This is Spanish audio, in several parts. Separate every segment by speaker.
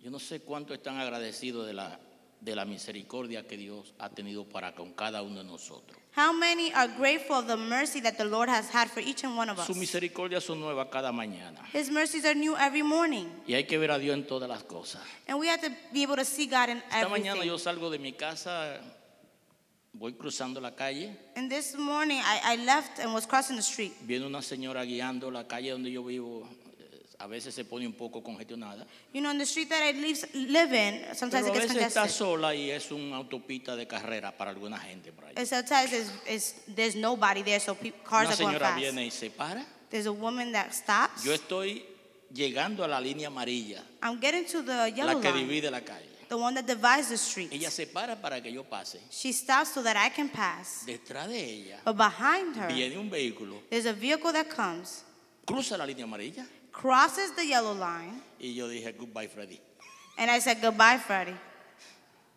Speaker 1: Yo no sé cuánto están agradecidos de la, de la misericordia que Dios ha tenido para con cada uno de nosotros.
Speaker 2: How many are grateful of the mercy that the Lord has had for each and one of us?
Speaker 1: Sus misericordias son nuevas cada mañana.
Speaker 2: His mercies are new every morning.
Speaker 1: Y hay que ver a Dios en todas las cosas.
Speaker 2: And we have to be able to see God in
Speaker 1: Esta mañana yo
Speaker 2: everything.
Speaker 1: salgo de mi casa, voy cruzando la calle,
Speaker 2: And this morning, I, I left and was crossing the street.
Speaker 1: viene una señora guiando la calle donde yo vivo. eh, A veces se pone un poco congestionada.
Speaker 2: You know, in the street that I live, live in, sometimes
Speaker 1: Pero a
Speaker 2: it gets
Speaker 1: veces está
Speaker 2: congested.
Speaker 1: sola y es una autopista de carrera para alguna gente. Por ahí.
Speaker 2: And sometimes it's, it's, there's nobody there, so peop cars
Speaker 1: Una
Speaker 2: are going
Speaker 1: señora
Speaker 2: fast.
Speaker 1: viene y se para.
Speaker 2: There's a woman that stops.
Speaker 1: Yo estoy llegando a la línea amarilla,
Speaker 2: I'm getting to the yellow
Speaker 1: la que
Speaker 2: line,
Speaker 1: divide la calle.
Speaker 2: the one that divides the street.
Speaker 1: Ella se para para que yo pase.
Speaker 2: She stops so that I can pass.
Speaker 1: Detrás de ella
Speaker 2: But behind her,
Speaker 1: viene un vehículo,
Speaker 2: there's a vehicle that comes,
Speaker 1: cruza la línea amarilla
Speaker 2: crosses the yellow line,
Speaker 1: y yo dije, goodbye Freddy.
Speaker 2: and I said, Goodbye, Freddie.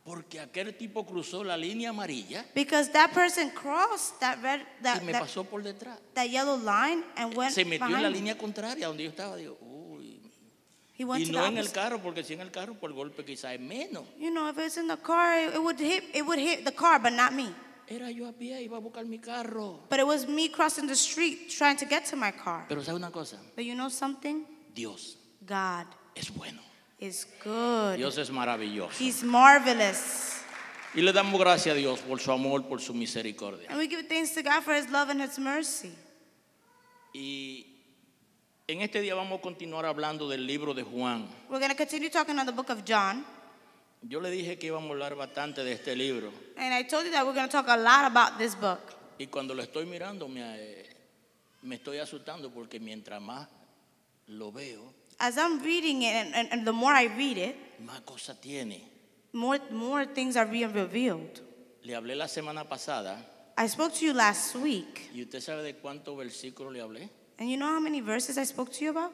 Speaker 1: Porque aquel tipo cruzó la línea amarilla
Speaker 2: Because that person crossed that red,
Speaker 1: y
Speaker 2: that,
Speaker 1: me
Speaker 2: that,
Speaker 1: pasó por detrás.
Speaker 2: that yellow line and went
Speaker 1: Se metió en
Speaker 2: behind
Speaker 1: la
Speaker 2: me.
Speaker 1: línea contraria donde yo estaba. Digo, uy.
Speaker 2: He went
Speaker 1: Y
Speaker 2: to
Speaker 1: no
Speaker 2: the
Speaker 1: en el
Speaker 2: opposite.
Speaker 1: carro, porque si en el carro por el golpe quizás es menos.
Speaker 2: You know, if it's in the car, it, it would hit. It would hit the car, but not me.
Speaker 1: Era yo a pie, iba a buscar mi carro.
Speaker 2: But it was me crossing the street trying to get to my car.
Speaker 1: Pero ¿sabe una cosa?
Speaker 2: But you know something?
Speaker 1: Dios
Speaker 2: God
Speaker 1: es bueno.
Speaker 2: is good.
Speaker 1: Dios es maravilloso.
Speaker 2: He's marvelous.
Speaker 1: Y le damos gracias a Dios por su amor, por su misericordia.
Speaker 2: And we give thanks to God for His love and His mercy.
Speaker 1: Y en este día vamos a continuar hablando del libro de Juan.
Speaker 2: We're going to continue talking on the book of John.
Speaker 1: Yo le dije que íbamos a hablar bastante de este libro.
Speaker 2: And I told you that we're going to talk a lot about this book.
Speaker 1: Y cuando lo estoy mirando me, eh, me estoy asustando porque mientras más lo veo,
Speaker 2: As I'm reading it, and, and, and the more I read it,
Speaker 1: más cosas tiene.
Speaker 2: more, more things are being revealed.
Speaker 1: Le hablé la semana pasada
Speaker 2: I spoke to you last week.
Speaker 1: y usted sabe de cuántos versículos le hablé.
Speaker 2: And you know how many verses I spoke to you about?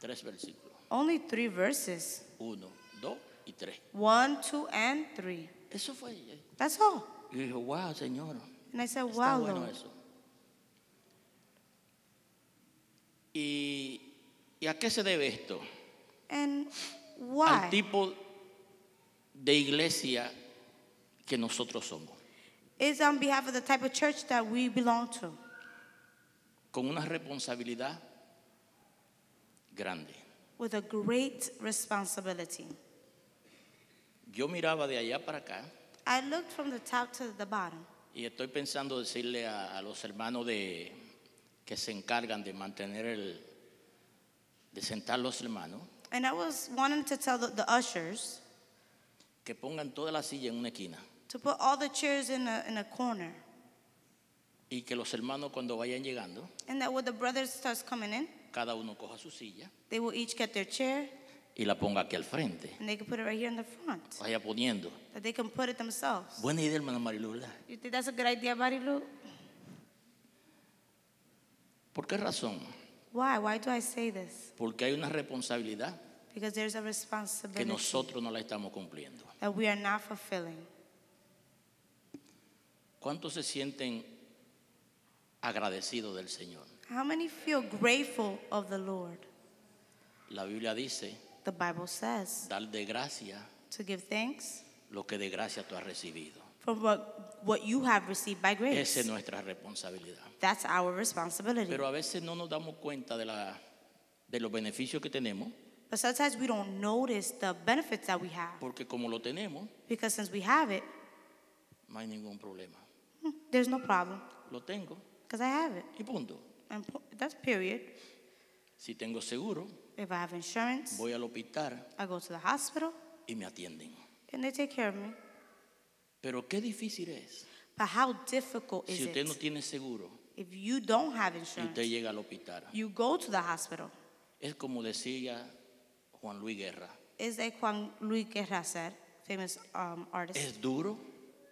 Speaker 1: Tres versículos.
Speaker 2: Only three verses
Speaker 1: Uno, dos y tres.
Speaker 2: one, two, and three.
Speaker 1: Eso fue. eh.
Speaker 2: That's all.
Speaker 1: Y yo dije, wow, Señor.
Speaker 2: And I said,
Speaker 1: Está
Speaker 2: Wow,
Speaker 1: bueno
Speaker 2: Lord.
Speaker 1: eso. Y, ¿Y a qué se debe esto?
Speaker 2: And
Speaker 1: Al
Speaker 2: why?
Speaker 1: tipo de iglesia que nosotros somos.
Speaker 2: It's on behalf of the type of church that we belong to
Speaker 1: con una responsabilidad grande.
Speaker 2: with a great responsibility.
Speaker 1: Yo miraba de allá para acá
Speaker 2: I looked from the top to the bottom.
Speaker 1: y estoy pensando decirle a, a los hermanos de, que se encargan de mantener el, de sentar los hermanos,
Speaker 2: And I was wanting to tell the, the ushers
Speaker 1: que pongan toda la silla en una esquina
Speaker 2: to put all the chairs in a, in a corner.
Speaker 1: y que los hermanos cuando vayan llegando,
Speaker 2: And that when the brothers starts coming in,
Speaker 1: cada uno coja su silla
Speaker 2: they will each get their chair
Speaker 1: y la ponga aquí al frente,
Speaker 2: and they can put it right here in the front.
Speaker 1: vaya poniendo.
Speaker 2: That they can put it themselves.
Speaker 1: Buena idea, hermana Marilu, ¿verdad?
Speaker 2: You think that's a good idea, Marilu?
Speaker 1: ¿Por qué razón?
Speaker 2: Why? Why do I say this?
Speaker 1: Porque hay una responsabilidad
Speaker 2: Because there's a
Speaker 1: que
Speaker 2: responsibility
Speaker 1: nosotros no la estamos cumpliendo.
Speaker 2: that we are not fulfilling.
Speaker 1: ¿Cuántos se sienten agradecidos del Señor?
Speaker 2: How many feel grateful of the Lord?
Speaker 1: La Biblia dice,
Speaker 2: The Bible says
Speaker 1: dar de gracia
Speaker 2: to give thanks
Speaker 1: lo que de gracia tú has recibido.
Speaker 2: for what, what you have received by grace.
Speaker 1: Esa es nuestra responsabilidad.
Speaker 2: That's our responsibility.
Speaker 1: Pero a veces no nos damos cuenta de, la, de los beneficios que tenemos,
Speaker 2: But sometimes we don't notice the benefits that we have
Speaker 1: porque como lo tenemos,
Speaker 2: because since we have it,
Speaker 1: no hay ningún problema.
Speaker 2: hmm, there's no problem
Speaker 1: Lo tengo
Speaker 2: because I have it.
Speaker 1: y punto.
Speaker 2: And po- that's period.
Speaker 1: Si tengo seguro,
Speaker 2: If I have insurance,
Speaker 1: voy al hospital
Speaker 2: I go to the hospital
Speaker 1: y me atienden.
Speaker 2: and they take care of me.
Speaker 1: Pero qué difícil es
Speaker 2: But how difficult is
Speaker 1: si usted no
Speaker 2: it
Speaker 1: tiene seguro
Speaker 2: if you don't have
Speaker 1: y usted
Speaker 2: insurance?
Speaker 1: llega al hospital.
Speaker 2: You go to the hospital.
Speaker 1: Es como decía Juan Luis Guerra.
Speaker 2: It's like Juan Luis Guerra said, famous um, artist.
Speaker 1: Es duro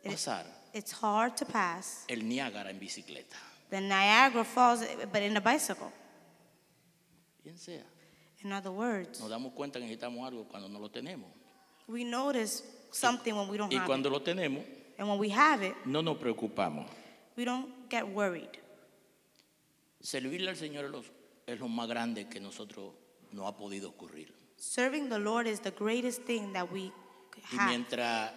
Speaker 1: pasar
Speaker 2: It's hard to pass
Speaker 1: el Niágara en bicicleta.
Speaker 2: the Niagara Falls, but in a bicycle.
Speaker 1: Bien sea.
Speaker 2: In other words,
Speaker 1: Nos damos cuenta que necesitamos algo cuando no lo tenemos.
Speaker 2: we notice something when we don't
Speaker 1: Y
Speaker 2: have
Speaker 1: cuando lo tenemos,
Speaker 2: it. And when we have it,
Speaker 1: no nos preocupamos.
Speaker 2: we don't get worried.
Speaker 1: Servirle al Señor es lo, es lo más grande que nosotros nos ha podido ocurrir.
Speaker 2: Serving the Lord is the greatest thing that we could
Speaker 1: Y
Speaker 2: have.
Speaker 1: mientras,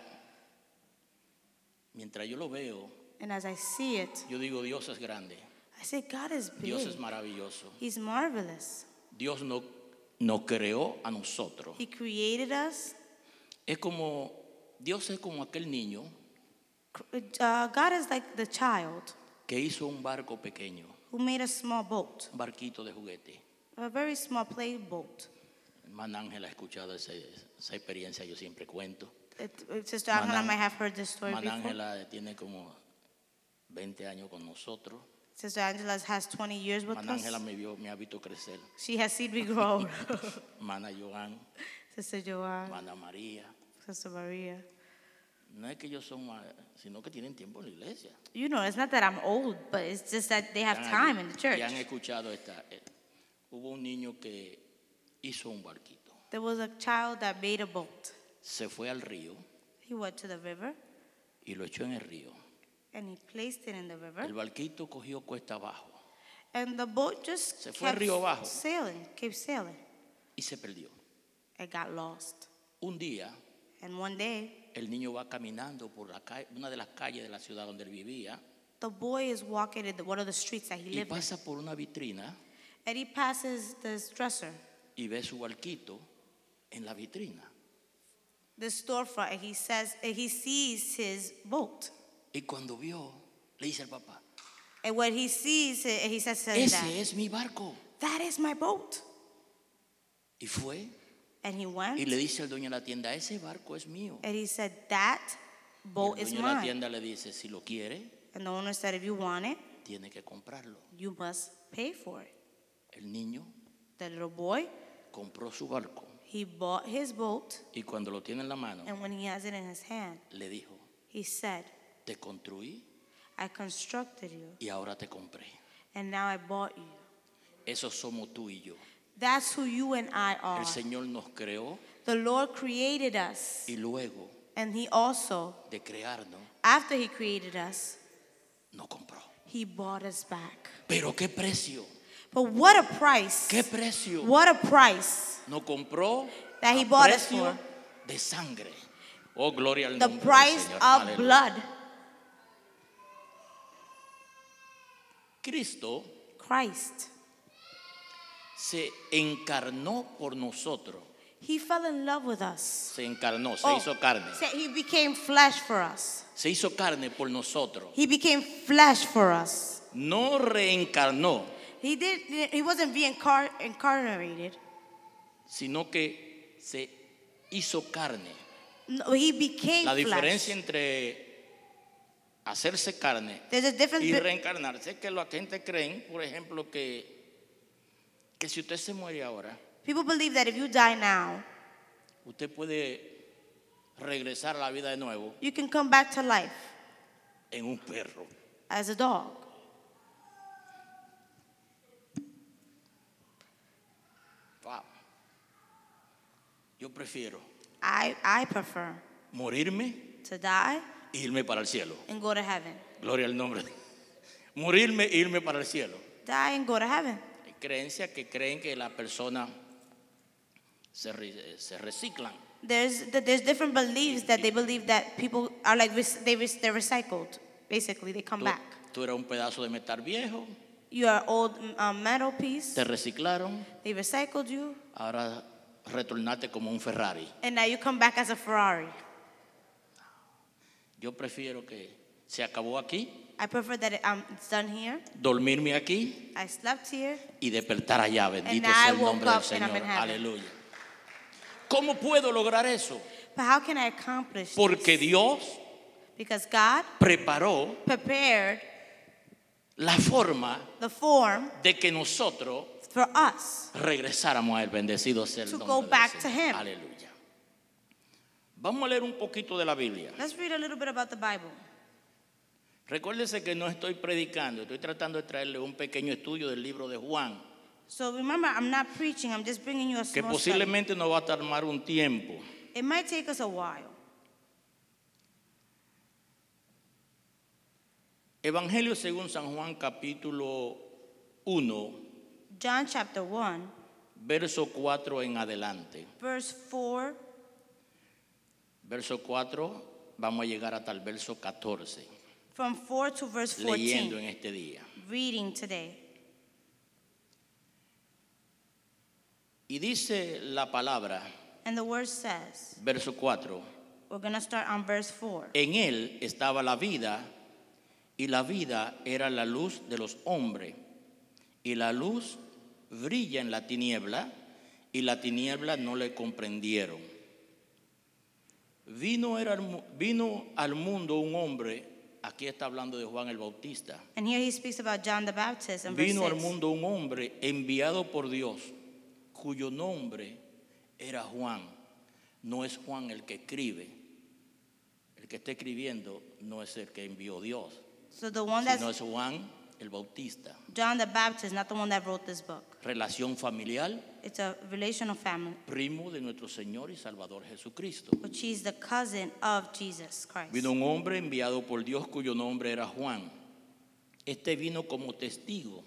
Speaker 1: mientras yo lo veo,
Speaker 2: And as I see it,
Speaker 1: yo digo, Dios es grande,
Speaker 2: I say, God is big.
Speaker 1: Dios es maravilloso.
Speaker 2: He's marvelous.
Speaker 1: Dios no, nos creó a nosotros.
Speaker 2: He created us.
Speaker 1: Es como, Dios es como aquel niño
Speaker 2: Uh, God is like the child
Speaker 1: que hizo un barco pequeño,
Speaker 2: who made a small boat,
Speaker 1: un barquito de juguete.
Speaker 2: a very small play boat.
Speaker 1: Hermana Ángela ha escuchado esa, esa experiencia, yo siempre cuento.
Speaker 2: It- uh, Sister Angela
Speaker 1: Manan-
Speaker 2: might have heard this story
Speaker 1: Hermana
Speaker 2: before.
Speaker 1: Ángela tiene como 20 años con nosotros.
Speaker 2: Sister Angela has 20 years with
Speaker 1: Hermana
Speaker 2: us.
Speaker 1: Ángela me, vio- me ha visto crecer.
Speaker 2: She has seen me grow.
Speaker 1: Hermana Joan,
Speaker 2: Sister Joanne,
Speaker 1: hermana María.
Speaker 2: Sister Maria.
Speaker 1: No es que ellos son, ma- sino que tienen tiempo en la iglesia.
Speaker 2: You know, it's not that I'm old, but it's just that they have
Speaker 1: Están
Speaker 2: time
Speaker 1: allí
Speaker 2: in the church.
Speaker 1: Y han escuchado esta. eh, Hubo un niño que hizo un barquito.
Speaker 2: There was a child that made a boat.
Speaker 1: Se fue al río
Speaker 2: He went to the river
Speaker 1: y lo echó en el río.
Speaker 2: and he placed it in the river.
Speaker 1: El barquito cogió cuesta abajo
Speaker 2: And the boat just
Speaker 1: Se fue
Speaker 2: kept
Speaker 1: río abajo.
Speaker 2: sailing, kept sailing.
Speaker 1: y se perdió.
Speaker 2: It got lost.
Speaker 1: Un día
Speaker 2: And one day,
Speaker 1: el niño va caminando por la ca- una de las calles de la ciudad donde él vivía
Speaker 2: the boy is walking in the, one of the streets that he
Speaker 1: y
Speaker 2: lived in.
Speaker 1: pasa por una vitrina
Speaker 2: And he passes this dresser,
Speaker 1: y ve su barquito en la vitrina.
Speaker 2: the storefront, and he says, and he sees his boat.
Speaker 1: Y cuando vio, le dice al papá,
Speaker 2: And when he sees it, he says to his
Speaker 1: ese
Speaker 2: dad,
Speaker 1: es mi barco.
Speaker 2: that is my boat.
Speaker 1: Y fue
Speaker 2: And he went
Speaker 1: y le dice al dueño de la tienda, ese barco es mío.
Speaker 2: and he said, that
Speaker 1: Y
Speaker 2: boat
Speaker 1: el
Speaker 2: is
Speaker 1: dueño de la
Speaker 2: mine.
Speaker 1: tienda le dice, si lo quiere,
Speaker 2: And the owner said, if you want it,
Speaker 1: tiene que comprarlo.
Speaker 2: you must pay for it.
Speaker 1: El niño
Speaker 2: The little boy,
Speaker 1: compró su barco
Speaker 2: he bought his boat.
Speaker 1: y cuando lo tiene en la mano,
Speaker 2: And when he has it in his hand,
Speaker 1: le dijo,
Speaker 2: he said,
Speaker 1: te construí
Speaker 2: I constructed you,
Speaker 1: y ahora te compré.
Speaker 2: and now I bought you.
Speaker 1: Eso somos tú y yo.
Speaker 2: That's who you and I are.
Speaker 1: El Señor nos creó
Speaker 2: The Lord created us,
Speaker 1: y luego
Speaker 2: and He also,
Speaker 1: de crearnos,
Speaker 2: after He created us,
Speaker 1: nos compró.
Speaker 2: He bought us back.
Speaker 1: Pero qué precio,
Speaker 2: But what a price!
Speaker 1: qué precio.
Speaker 2: What a price!
Speaker 1: Nos compró
Speaker 2: That he
Speaker 1: a
Speaker 2: bought us
Speaker 1: precio de sangre. Oh, gloria al
Speaker 2: The
Speaker 1: nombre del
Speaker 2: price
Speaker 1: Señor.
Speaker 2: of
Speaker 1: Aleluya.
Speaker 2: blood.
Speaker 1: Cristo
Speaker 2: Christ.
Speaker 1: se encarnó por nosotros.
Speaker 2: He fell in love with us.
Speaker 1: Se encarnó, se
Speaker 2: Oh,
Speaker 1: hizo carne.
Speaker 2: say He became flesh for us.
Speaker 1: Se hizo carne por nosotros.
Speaker 2: He became flesh for us.
Speaker 1: No reencarnó,
Speaker 2: He did. He wasn't reincarnated.
Speaker 1: sino que se hizo carne.
Speaker 2: No, he became
Speaker 1: La
Speaker 2: flesh.
Speaker 1: diferencia entre hacerse carne
Speaker 2: There's a difference.
Speaker 1: y
Speaker 2: be-
Speaker 1: reencarnarse es que la gente creen, por ejemplo, que, que si usted se muere ahora,
Speaker 2: People believe that if you die now,
Speaker 1: usted puede regresar a la vida de nuevo
Speaker 2: you can come back to life
Speaker 1: en un perro.
Speaker 2: as a dog.
Speaker 1: Wow. Yo prefiero
Speaker 2: I, I prefer
Speaker 1: morirme
Speaker 2: to die
Speaker 1: e irme para el cielo.
Speaker 2: and go to heaven.
Speaker 1: Gloria al nombre. Morirme e irme para el cielo.
Speaker 2: Die and go to heaven.
Speaker 1: Hay creencias que creen que las personas se, re- se reciclan.
Speaker 2: There's, th- there's different beliefs that they believe that people are like, rec- they, rec- they're recycled. Basically, they come
Speaker 1: Tú,
Speaker 2: back.
Speaker 1: tú eras un pedazo de metal viejo,
Speaker 2: You are old um, metal piece.
Speaker 1: te reciclaron,
Speaker 2: They recycled you.
Speaker 1: ahora retornaste como un Ferrari.
Speaker 2: And now you come back as a Ferrari.
Speaker 1: Yo prefiero que se acabó aquí,
Speaker 2: I prefer that it, um, it's done here.
Speaker 1: dormirme aquí
Speaker 2: I slept here.
Speaker 1: y despertar allá. Bendito
Speaker 2: And
Speaker 1: sea
Speaker 2: I
Speaker 1: el nombre
Speaker 2: woke
Speaker 1: del
Speaker 2: up and I'm
Speaker 1: Señor.
Speaker 2: in heaven.
Speaker 1: Aleluya. ¿Cómo puedo lograr eso?
Speaker 2: But how can I accomplish
Speaker 1: Porque
Speaker 2: this?
Speaker 1: Dios
Speaker 2: Because God
Speaker 1: preparó
Speaker 2: prepared
Speaker 1: la forma
Speaker 2: the form
Speaker 1: de que nosotros
Speaker 2: for us.
Speaker 1: regresáramos a él, bendecido sea el
Speaker 2: To
Speaker 1: nombre
Speaker 2: go
Speaker 1: del
Speaker 2: back to
Speaker 1: Señor.
Speaker 2: him.
Speaker 1: Aleluya. Vamos a leer un poquito de la Biblia.
Speaker 2: Let's read a little bit about the Bible.
Speaker 1: Recuérdese que no estoy predicando, estoy tratando de traerle un pequeño estudio del libro de Juan,
Speaker 2: So remember, I'm not preaching, I'm just bringing you a
Speaker 1: que
Speaker 2: small study.
Speaker 1: posiblemente nos va a tomar un tiempo.
Speaker 2: It might take us a while.
Speaker 1: Evangelio según San Juan capítulo 1,
Speaker 2: John chapter 1,
Speaker 1: verso 4 en adelante.
Speaker 2: Verse 4,
Speaker 1: Verso 4, vamos a llegar hasta el verso 14,
Speaker 2: from 4 to verse
Speaker 1: leyendo
Speaker 2: 14.
Speaker 1: en este día.
Speaker 2: Reading today.
Speaker 1: Y dice la palabra,
Speaker 2: And the word says,
Speaker 1: verso 4,
Speaker 2: we're going to start on verse 4.
Speaker 1: en él estaba la vida y la vida era la luz de los hombres. Y la luz brilla en la tiniebla y la tiniebla no le comprendieron. Vino, era al mu- vino al mundo un hombre, aquí está hablando de Juan el Bautista,
Speaker 2: And here he speaks about John the Baptist in verse
Speaker 1: Vino al
Speaker 2: 6.
Speaker 1: mundo un hombre enviado por Dios, cuyo nombre era Juan. No es Juan el que escribe. El que está escribiendo no es el que envió Dios,
Speaker 2: So the one
Speaker 1: sino
Speaker 2: that's
Speaker 1: es Juan el Bautista.
Speaker 2: John the Baptist, not the one that wrote this book.
Speaker 1: Relación familiar,
Speaker 2: It's a relational family,
Speaker 1: primo de nuestro Señor y Salvador Jesucristo.
Speaker 2: which he's the cousin of Jesus Christ.
Speaker 1: Vino un hombre enviado por Dios cuyo nombre era Juan. Este vino como testigo,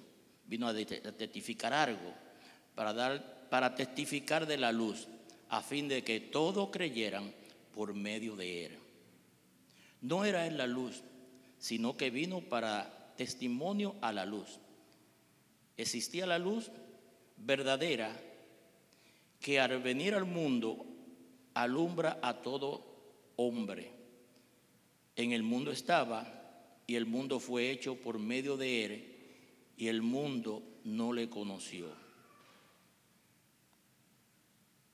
Speaker 1: vino a te- a testificar algo, para, dar, para testificar de la luz, a fin de que todos creyeran por medio de él. No era él la luz, sino que vino para testimonio a la luz. Existía la luz verdadera que al venir al mundo alumbra a todo hombre. En el mundo estaba y el mundo fue hecho por medio de él y el mundo no le conoció.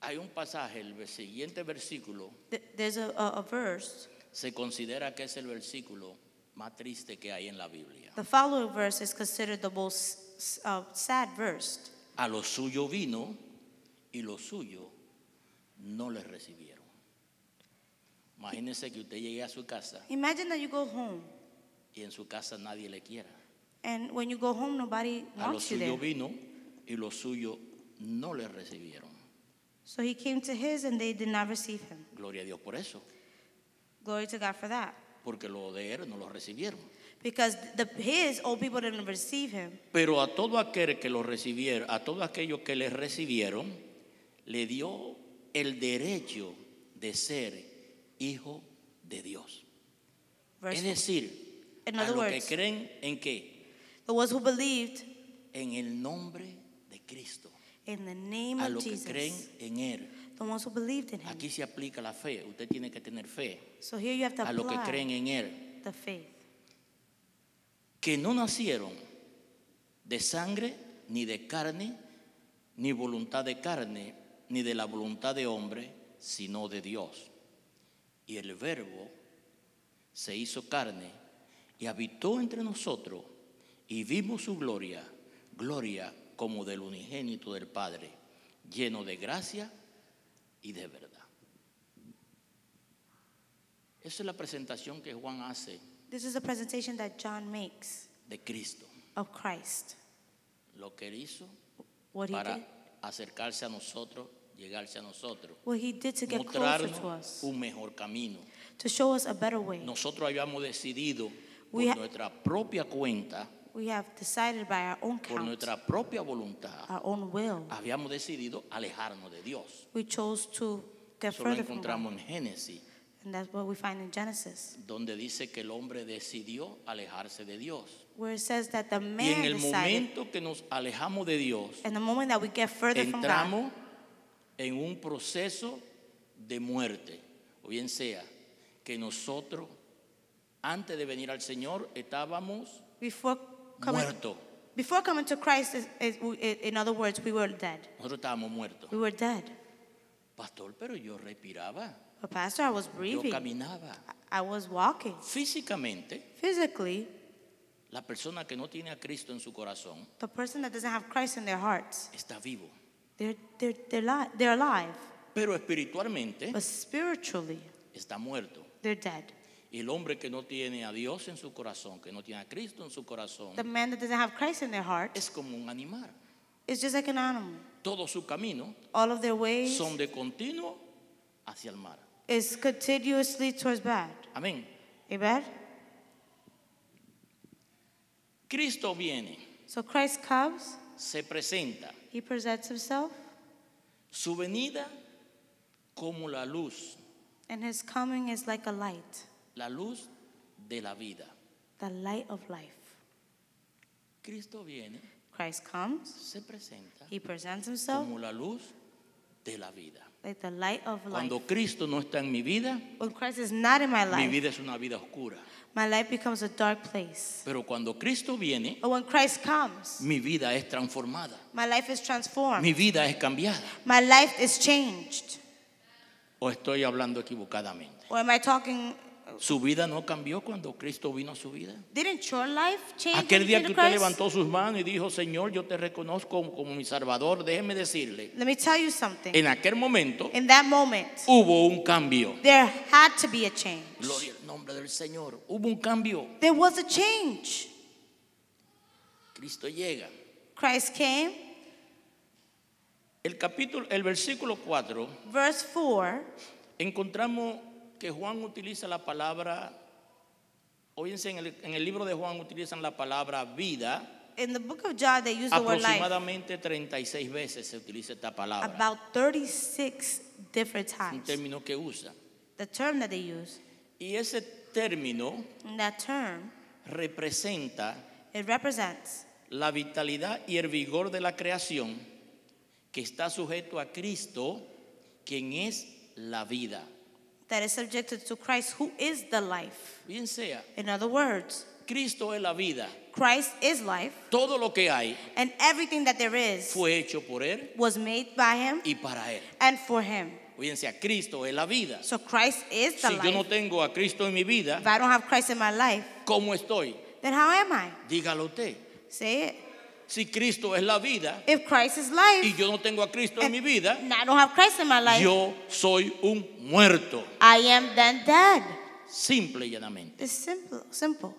Speaker 1: Hay un pasaje, el siguiente versículo,
Speaker 2: Th- There's a, a, a verse.
Speaker 1: se considera que es el versículo más triste que hay en la Biblia.
Speaker 2: The following verse is considered the most s- uh, sad verse.
Speaker 1: A lo suyo vino y lo suyo no le recibieron. Imagínense que usted llegue a su casa
Speaker 2: Imagine that you go home,
Speaker 1: y en su casa nadie le quiera.
Speaker 2: and when you go home, nobody
Speaker 1: A lo
Speaker 2: wants you there.
Speaker 1: suyo vino y lo suyo no le recibieron.
Speaker 2: So he came to his, and they did not receive him.
Speaker 1: Gloria a Dios por eso,
Speaker 2: Glory to God for that.
Speaker 1: porque lo de él no lo recibieron.
Speaker 2: Because the, his old people didn't receive him.
Speaker 1: Pero a todo aquel que lo recibiera, a todos aquellos que le recibieron, le dio el derecho de ser hijo de Dios.
Speaker 2: Verse
Speaker 1: Es decir,
Speaker 2: In
Speaker 1: a
Speaker 2: other
Speaker 1: los que
Speaker 2: words-
Speaker 1: creen en qué?
Speaker 2: The ones who believed
Speaker 1: En el nombre de Cristo.
Speaker 2: in the name
Speaker 1: A
Speaker 2: of
Speaker 1: los que
Speaker 2: Jesus.
Speaker 1: creen en Él.
Speaker 2: The ones who believed in him.
Speaker 1: Aquí se aplica la fe. Usted tiene que tener fe.
Speaker 2: So here you have to
Speaker 1: A los que
Speaker 2: apply
Speaker 1: creen en Él.
Speaker 2: the faith.
Speaker 1: que no nacieron de sangre, ni de carne, ni voluntad de carne, ni de la voluntad de hombre, sino de Dios. Y el verbo se hizo carne y habitó entre nosotros y vimos su gloria, gloria como del unigénito del Padre, lleno de gracia y de verdad. Esa es la presentación que Juan hace
Speaker 2: This is a presentation that John makes
Speaker 1: de Cristo.
Speaker 2: of Christ.
Speaker 1: lo que él hizo
Speaker 2: What he did.
Speaker 1: para acercarse a nosotros, llegarse a nosotros,
Speaker 2: What he did to get closer to
Speaker 1: mostrarnos
Speaker 2: us.
Speaker 1: un mejor camino.
Speaker 2: To show us a better way.
Speaker 1: Nosotros habíamos decidido por
Speaker 2: We ha-
Speaker 1: nuestra propia cuenta,
Speaker 2: We have decided by our own
Speaker 1: por
Speaker 2: count,
Speaker 1: nuestra Ah. propia voluntad,
Speaker 2: our own will.
Speaker 1: habíamos decidido alejarnos de Dios.
Speaker 2: We chose to get
Speaker 1: Eso lo
Speaker 2: further from God.
Speaker 1: encontramos en Génesis,
Speaker 2: And that's what we find in Genesis.
Speaker 1: donde dice que el hombre decidió alejarse de Dios.
Speaker 2: Where it says that the
Speaker 1: Y
Speaker 2: man
Speaker 1: en el
Speaker 2: decided.
Speaker 1: momento que nos alejamos de Dios,
Speaker 2: And the moment that we get further from God.
Speaker 1: entramos en un proceso de muerte. O bien sea que nosotros, antes de venir al Señor, estábamos
Speaker 2: Before coming,
Speaker 1: muertos.
Speaker 2: before coming to Christ, is, is, in other words, we were dead.
Speaker 1: Nosotros estábamos muertos.
Speaker 2: We were dead.
Speaker 1: Pastor, pero yo respiraba,
Speaker 2: But pastor, I was
Speaker 1: yo
Speaker 2: breathing.
Speaker 1: caminaba.
Speaker 2: I was walking.
Speaker 1: Físicamente,
Speaker 2: Physically,
Speaker 1: la persona que no tiene a Cristo en su corazón
Speaker 2: the person that doesn't have Christ in their hearts,
Speaker 1: está vivo.
Speaker 2: they're, they're, they're, li- they're alive.
Speaker 1: Pero espiritualmente
Speaker 2: But spiritually,
Speaker 1: está muerto.
Speaker 2: they're dead.
Speaker 1: Y el hombre que no tiene a Dios en su corazón, que no tiene a Cristo en su corazón,
Speaker 2: The man that doesn't have Christ in their heart
Speaker 1: es como un animal.
Speaker 2: is just like an animal.
Speaker 1: Todo su camino
Speaker 2: All of their ways
Speaker 1: son de continuo hacia el mar.
Speaker 2: is continuously towards bad.
Speaker 1: Amén.
Speaker 2: Amen?
Speaker 1: Cristo viene,
Speaker 2: So Christ comes,
Speaker 1: se presenta
Speaker 2: he presents himself,
Speaker 1: Su venida como la luz,
Speaker 2: And his coming is like a light,
Speaker 1: la luz de la vida.
Speaker 2: the light of life.
Speaker 1: Cristo viene,
Speaker 2: Christ comes,
Speaker 1: se presenta
Speaker 2: he presents himself
Speaker 1: como la luz de la vida.
Speaker 2: like the light of life.
Speaker 1: Cuando Cristo no está en mi vida,
Speaker 2: When Christ is not in my
Speaker 1: mi
Speaker 2: life,
Speaker 1: vida es una vida oscura.
Speaker 2: my life becomes a dark place.
Speaker 1: Pero cuando Cristo viene,
Speaker 2: But when Christ comes,
Speaker 1: mi vida es transformada,
Speaker 2: my life is
Speaker 1: mi
Speaker 2: transformed.
Speaker 1: vida es cambiada.
Speaker 2: My life is changed.
Speaker 1: ¿O estoy hablando equivocadamente?
Speaker 2: Or am I talking?
Speaker 1: ¿Su vida no cambió cuando Cristo vino a su vida?
Speaker 2: Didn't your life change? when
Speaker 1: Aquel
Speaker 2: you
Speaker 1: día
Speaker 2: came
Speaker 1: que
Speaker 2: to
Speaker 1: usted
Speaker 2: Christ?
Speaker 1: levantó sus manos y dijo, Señor, yo te reconozco como mi Salvador, déjeme decirle,
Speaker 2: Let me tell you something.
Speaker 1: en aquel momento
Speaker 2: In that moment,
Speaker 1: hubo un cambio.
Speaker 2: there had to be a change.
Speaker 1: Gloria al nombre del Señor. Hubo un cambio.
Speaker 2: There was a change.
Speaker 1: Cristo llega.
Speaker 2: Christ came.
Speaker 1: El capítulo, el versículo 4,
Speaker 2: Verse 4,
Speaker 1: encontramos que Juan utiliza la palabra, oídense, en el, en el libro de Juan utilizan la palabra vida.
Speaker 2: in the book of John, they use the word life
Speaker 1: Aproximadamente 36 veces se utiliza esta palabra.
Speaker 2: about 36 different
Speaker 1: Un
Speaker 2: times.
Speaker 1: término que usa.
Speaker 2: The term that they use.
Speaker 1: Y ese término
Speaker 2: And that term,
Speaker 1: representa
Speaker 2: it represents
Speaker 1: la vitalidad y el vigor de la creación que está sujeto a Cristo, quien es la vida.
Speaker 2: that is subjected to Christ, who is the life.
Speaker 1: Bien sea,
Speaker 2: In other words,
Speaker 1: Cristo es la vida.
Speaker 2: Christ is life,
Speaker 1: Todo lo que hay
Speaker 2: and everything that there is
Speaker 1: fue hecho por Él
Speaker 2: was made by him
Speaker 1: y para Él.
Speaker 2: and for him.
Speaker 1: Fíjense, a Cristo es la vida.
Speaker 2: So Christ is the
Speaker 1: Si yo
Speaker 2: life.
Speaker 1: no tengo a Cristo en mi vida,
Speaker 2: If I don't have Christ in my life,
Speaker 1: ¿cómo estoy?
Speaker 2: then how am I?
Speaker 1: Dígalo usted.
Speaker 2: Say it.
Speaker 1: Si Cristo es la vida
Speaker 2: If Christ is
Speaker 1: y
Speaker 2: life,
Speaker 1: yo no tengo a Cristo en mi vida,
Speaker 2: and I don't have Christ in my life,
Speaker 1: yo soy un muerto,
Speaker 2: I am then dead.
Speaker 1: simple y llanamente.
Speaker 2: It's simple. Simple.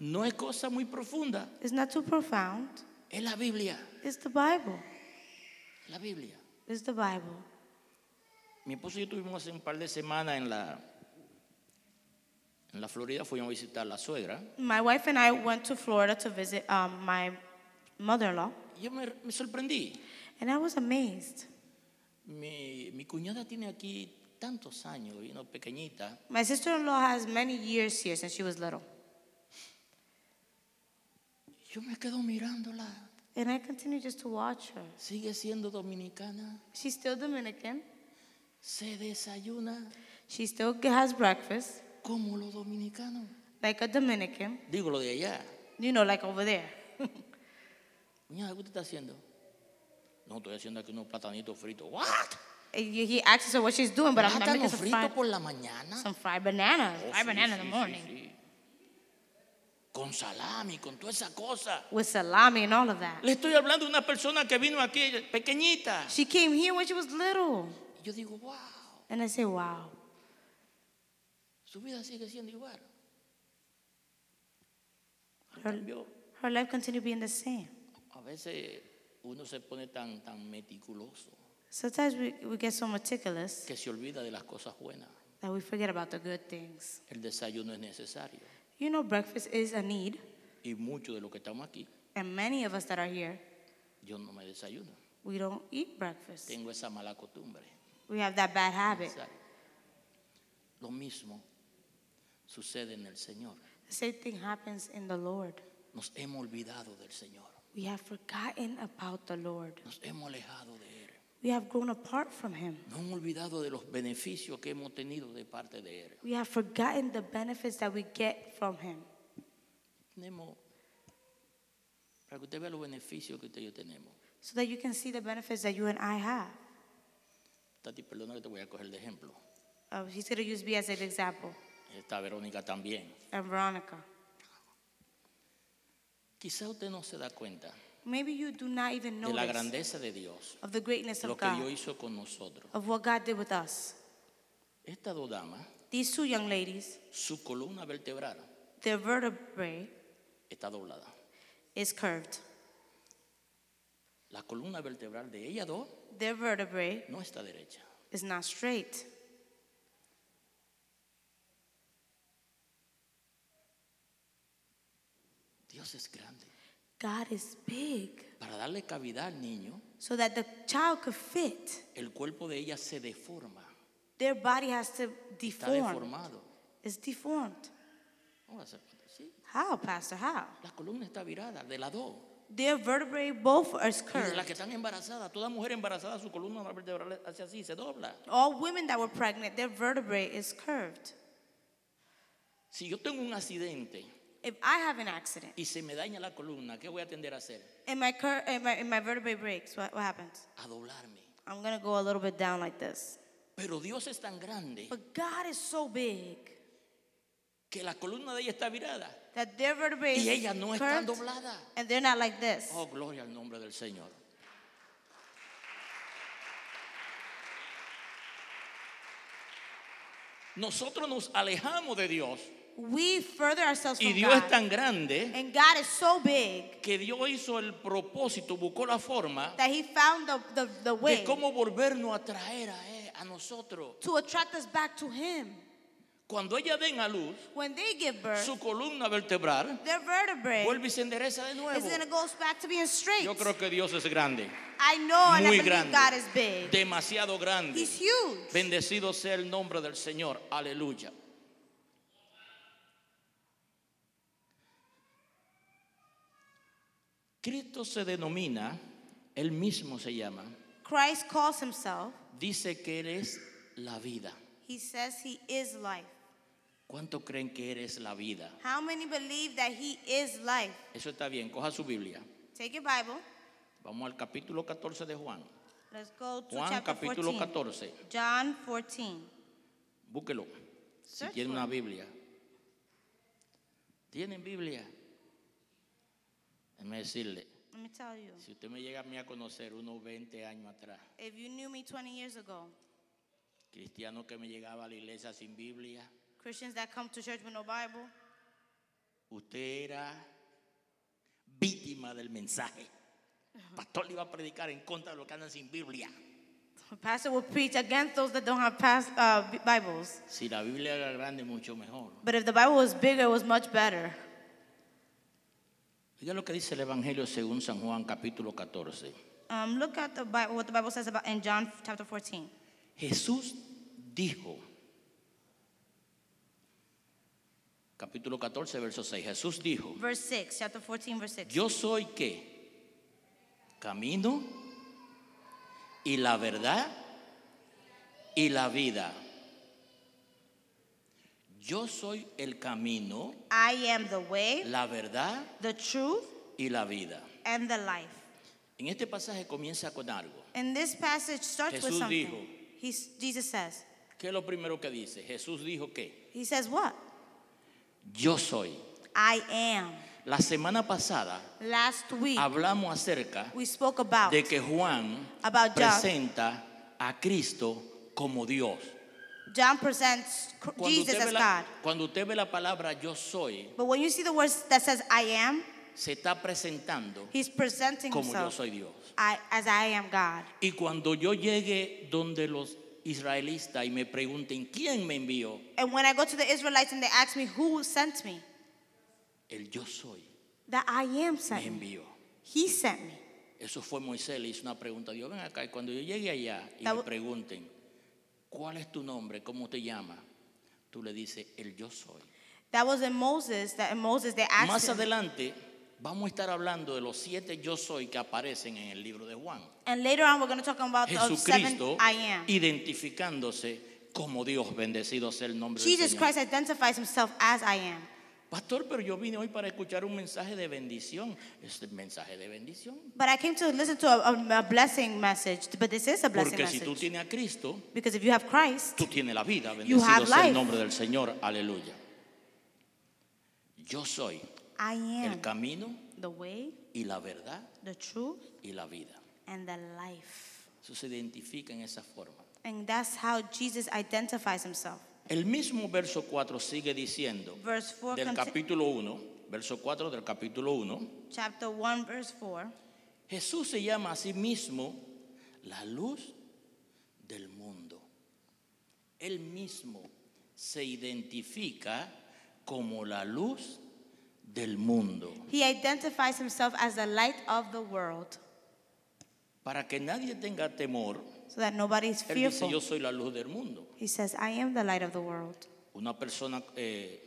Speaker 1: No es cosa muy profunda,
Speaker 2: It's not too profound.
Speaker 1: es la Biblia.
Speaker 2: It's the Bible.
Speaker 1: La Biblia.
Speaker 2: It's the Bible.
Speaker 1: Mi esposo y yo tuvimos hace un par de semanas en la, en la Florida, fuimos a visitar a la suegra.
Speaker 2: My wife and I went to Florida to visit um, my mother-in-law,
Speaker 1: Yo me, me sorprendí.
Speaker 2: and I was amazed.
Speaker 1: Mi, mi cuñada tiene aquí tantos años, vino pequeñita,
Speaker 2: My sister-in-law has many years here since she was little,
Speaker 1: Yo me quedo mirándola.
Speaker 2: and I continue just to watch her.
Speaker 1: Sigue siendo dominicana.
Speaker 2: She's still Dominican.
Speaker 1: Se desayuna
Speaker 2: She still has breakfast
Speaker 1: como los dominicanos.
Speaker 2: like a Dominican.
Speaker 1: Digo lo de allá.
Speaker 2: You know, like over there.
Speaker 1: Cuñada, ¿qué usted está haciendo? No, estoy haciendo aquí unos platanitos fritos. ¿What?
Speaker 2: And you- he asks her what she's doing, but I'm I'm
Speaker 1: Plátano
Speaker 2: making some
Speaker 1: frito
Speaker 2: fried,
Speaker 1: por la mañana.
Speaker 2: some fried banana,
Speaker 1: Oh,
Speaker 2: fried
Speaker 1: sí,
Speaker 2: banana in
Speaker 1: sí,
Speaker 2: the
Speaker 1: sí,
Speaker 2: morning
Speaker 1: sí. Con salami, con toda esa cosa.
Speaker 2: with salami and all of that.
Speaker 1: Le estoy hablando de una persona que vino aquí pequeñita.
Speaker 2: She came here when she was little,
Speaker 1: Y Yo digo, wow,
Speaker 2: and I say, wow.
Speaker 1: su vida sigue siendo igual. En
Speaker 2: Her,
Speaker 1: cambio,
Speaker 2: her life continued being the same.
Speaker 1: a veces uno se pone tan, tan meticuloso
Speaker 2: Sometimes we, we get so meticulous
Speaker 1: que se olvida de las cosas buenas.
Speaker 2: that we forget about the good things.
Speaker 1: El desayuno es necesario.
Speaker 2: You know, breakfast is a need,
Speaker 1: Y muchos de los que estamos aquí,
Speaker 2: and many of us that are here,
Speaker 1: yo no me desayuno.
Speaker 2: we don't eat breakfast.
Speaker 1: Tengo esa mala costumbre.
Speaker 2: We have that bad habit.
Speaker 1: Exacto. Lo mismo sucede en el Señor.
Speaker 2: The same thing happens in the Lord.
Speaker 1: Nos hemos olvidado del Señor.
Speaker 2: We have forgotten about the Lord.
Speaker 1: Nos hemos alejado de Él.
Speaker 2: We have grown apart from Him.
Speaker 1: Nos hemos olvidado de los beneficios que hemos tenido de parte de Él.
Speaker 2: We have forgotten the benefits that we get from Him.
Speaker 1: Tenemos, para que usted vea los beneficios que usted y yo tenemos.
Speaker 2: So that you can see the benefits that you and I have.
Speaker 1: Tati, perdona que te voy a coger de ejemplo.
Speaker 2: Uh, he's going to use me as an example,
Speaker 1: Está Verónica también.
Speaker 2: and Veronica.
Speaker 1: Quizá usted no se da cuenta
Speaker 2: Maybe you do not even
Speaker 1: de la
Speaker 2: notice
Speaker 1: grandeza de Dios,
Speaker 2: of the greatness
Speaker 1: lo
Speaker 2: of
Speaker 1: que
Speaker 2: God,
Speaker 1: Dios hizo con nosotros.
Speaker 2: of what God did with us.
Speaker 1: Estas dos damas,
Speaker 2: These two young ladies,
Speaker 1: su columna vertebral
Speaker 2: their vertebrae
Speaker 1: está doblada.
Speaker 2: is curved.
Speaker 1: La columna vertebral de ellas dos
Speaker 2: Their vertebrae
Speaker 1: no está derecha.
Speaker 2: is not straight.
Speaker 1: Dios es grande.
Speaker 2: God is big.
Speaker 1: Para darle cavidad al niño,
Speaker 2: so that the child could fit.
Speaker 1: El cuerpo de ella se deforma,
Speaker 2: Their body has to
Speaker 1: está
Speaker 2: deform.
Speaker 1: deformado.
Speaker 2: It's deformed.
Speaker 1: Vamos a hacer cuenta. Sí,
Speaker 2: How, Pastor? How?
Speaker 1: la columna está virada de las dos.
Speaker 2: Their vertebrae both are
Speaker 1: Y de las que
Speaker 2: curved.
Speaker 1: están embarazadas, toda mujer embarazada, su columna vertebral hace así, se dobla.
Speaker 2: All women that were pregnant, their vertebrae is curved.
Speaker 1: Si yo tengo un accidente
Speaker 2: If I have an accident
Speaker 1: y se me daña la columna, ¿qué voy a tender a hacer?
Speaker 2: and my, cur- and my, and my vertebrae breaks, what, what happens?
Speaker 1: A doblarme.
Speaker 2: I'm going to go a little bit down like this.
Speaker 1: Pero Dios es tan grande
Speaker 2: But God is so big
Speaker 1: que la columna de ella está virada
Speaker 2: that their vertebrae
Speaker 1: y
Speaker 2: is
Speaker 1: ella no está
Speaker 2: curved
Speaker 1: doblada.
Speaker 2: and they're not like this.
Speaker 1: Oh, gloria al nombre del Señor. Nosotros nos alejamos de Dios
Speaker 2: We further ourselves
Speaker 1: y
Speaker 2: from
Speaker 1: Dios es
Speaker 2: God.
Speaker 1: tan grande
Speaker 2: And God is so big
Speaker 1: que Dios hizo el propósito, buscó la forma
Speaker 2: that He found the, the, the
Speaker 1: de
Speaker 2: way
Speaker 1: cómo volvernos a traer a, Él, a nosotros.
Speaker 2: to attract us back to Him.
Speaker 1: Cuando ella den a luz,
Speaker 2: When they give birth,
Speaker 1: su columna vertebral
Speaker 2: their vertebrae
Speaker 1: vuelve y se endereza de
Speaker 2: is
Speaker 1: nuevo.
Speaker 2: going to go back to being straight.
Speaker 1: Yo creo que Dios es grande,
Speaker 2: I know and I
Speaker 1: muy
Speaker 2: believe
Speaker 1: grande,
Speaker 2: God is big.
Speaker 1: demasiado grande.
Speaker 2: He's huge.
Speaker 1: Bendecido sea el nombre del Señor. Aleluya. Cristo se denomina, él mismo se llama,
Speaker 2: Christ calls Himself,
Speaker 1: dice que Él es la vida.
Speaker 2: He says He is life.
Speaker 1: ¿Cuánto creen que eres la vida?
Speaker 2: How many believe that He is life?
Speaker 1: Eso está bien, coja su Biblia.
Speaker 2: Take your Bible.
Speaker 1: Vamos al capítulo 14 de Juan.
Speaker 2: Let's go to
Speaker 1: Juan
Speaker 2: chapter
Speaker 1: capítulo
Speaker 2: 14.
Speaker 1: 14.
Speaker 2: John 14.
Speaker 1: Búsquelo. Si
Speaker 2: Search
Speaker 1: tiene
Speaker 2: for
Speaker 1: una Biblia. ¿Tienen Biblia? Déjeme decirle,
Speaker 2: Let me tell you.
Speaker 1: si usted me llega a mí a conocer unos 20 años atrás,
Speaker 2: If you knew me 20 years ago,
Speaker 1: cristiano que me llegaba a la iglesia sin Biblia,
Speaker 2: Christians that come to church with no Bible,
Speaker 1: usted era víctima del mensaje. El pastor le iba a predicar en contra de los que andan sin Biblia.
Speaker 2: pastor will preach against those that don't have past, uh, B- Bibles.
Speaker 1: Si la Biblia era grande, mucho mejor.
Speaker 2: But if the Bible was bigger, it was much better.
Speaker 1: Oiga lo que dice el Evangelio según San Juan capítulo 14.
Speaker 2: Um, look at the Bible, what the Bible says about in John chapter 14.
Speaker 1: Jesús dijo, capítulo 14, verso 6, Jesús dijo,
Speaker 2: Verse 6, chapter 14, verse 6.
Speaker 1: yo soy que camino y la verdad y la vida. Yo soy el camino,
Speaker 2: I am the way,
Speaker 1: la verdad
Speaker 2: the truth,
Speaker 1: y la vida.
Speaker 2: and the life.
Speaker 1: En este pasaje comienza con algo.
Speaker 2: And this passage starts with
Speaker 1: Jesús
Speaker 2: something.
Speaker 1: dijo.
Speaker 2: He's, Jesus says,
Speaker 1: ¿Qué es lo primero que dice? Jesús dijo que
Speaker 2: He says what?
Speaker 1: yo soy.
Speaker 2: I am.
Speaker 1: La semana pasada
Speaker 2: Last week,
Speaker 1: hablamos acerca
Speaker 2: we spoke about
Speaker 1: de que Juan
Speaker 2: About John.
Speaker 1: presenta a Cristo como Dios.
Speaker 2: John presents cr-
Speaker 1: Cuando
Speaker 2: Jesus
Speaker 1: usted,
Speaker 2: as
Speaker 1: ve la,
Speaker 2: God.
Speaker 1: cuando usted ve la palabra yo soy,
Speaker 2: But when you see the words that says I am,
Speaker 1: se está presentando
Speaker 2: he's presenting
Speaker 1: como yo
Speaker 2: himself
Speaker 1: soy Dios.
Speaker 2: I, as I am God.
Speaker 1: Y cuando yo llegue donde los israelitas y me pregunten quién me envió,
Speaker 2: And when I go to the Israelites and they ask me who sent me,
Speaker 1: el yo soy
Speaker 2: that I am
Speaker 1: me
Speaker 2: sent me.
Speaker 1: envió.
Speaker 2: He sent me.
Speaker 1: Eso fue Moisés, le hizo una pregunta a Dios, ven acá, y cuando yo llegue allá y
Speaker 2: That
Speaker 1: me
Speaker 2: wa-
Speaker 1: pregunten, ¿cuál es tu nombre? ¿Cómo te llamas? Tú le dices, el yo soy.
Speaker 2: That was in Moses. That in Moses they
Speaker 1: Más
Speaker 2: asked him.
Speaker 1: adelante vamos a estar hablando de los siete yo soy que aparecen en el libro de Juan.
Speaker 2: And later on we're going to talk about the seven
Speaker 1: Jesucristo
Speaker 2: I am.
Speaker 1: identificándose como Dios, bendecido sea el nombre del
Speaker 2: Jesus
Speaker 1: Señor.
Speaker 2: Christ identifies himself as I am.
Speaker 1: Pastor, pero yo vine hoy para escuchar un mensaje de bendición. Es el mensaje de bendición.
Speaker 2: But I came to listen to a, a- a blessing message. But this is a blessing
Speaker 1: Porque si tú
Speaker 2: message.
Speaker 1: tienes a Cristo,
Speaker 2: because if you have Christ,
Speaker 1: tú tienes la vida,
Speaker 2: You have
Speaker 1: bendecido sea
Speaker 2: life.
Speaker 1: el nombre del Señor. Aleluya. Yo soy
Speaker 2: I am
Speaker 1: el camino
Speaker 2: the way,
Speaker 1: y la verdad
Speaker 2: the truth,
Speaker 1: y la vida.
Speaker 2: and the life.
Speaker 1: Eso se identifica en esa forma.
Speaker 2: And that's how Jesus identifies himself.
Speaker 1: El mismo verso 4 sigue diciendo,
Speaker 2: Verse 4,
Speaker 1: del
Speaker 2: conti-
Speaker 1: capítulo 1, verso 4 del capítulo 1,
Speaker 2: chapter 1, verse 4.
Speaker 1: Jesús se llama a sí mismo la luz del mundo. Él mismo se identifica como la luz del mundo.
Speaker 2: He identifies himself as the light of the world.
Speaker 1: Para que nadie tenga temor,
Speaker 2: so that nobody is
Speaker 1: él dice, yo
Speaker 2: fearful.
Speaker 1: soy la luz del mundo.
Speaker 2: He says, I am the light of the world.
Speaker 1: Una persona, eh,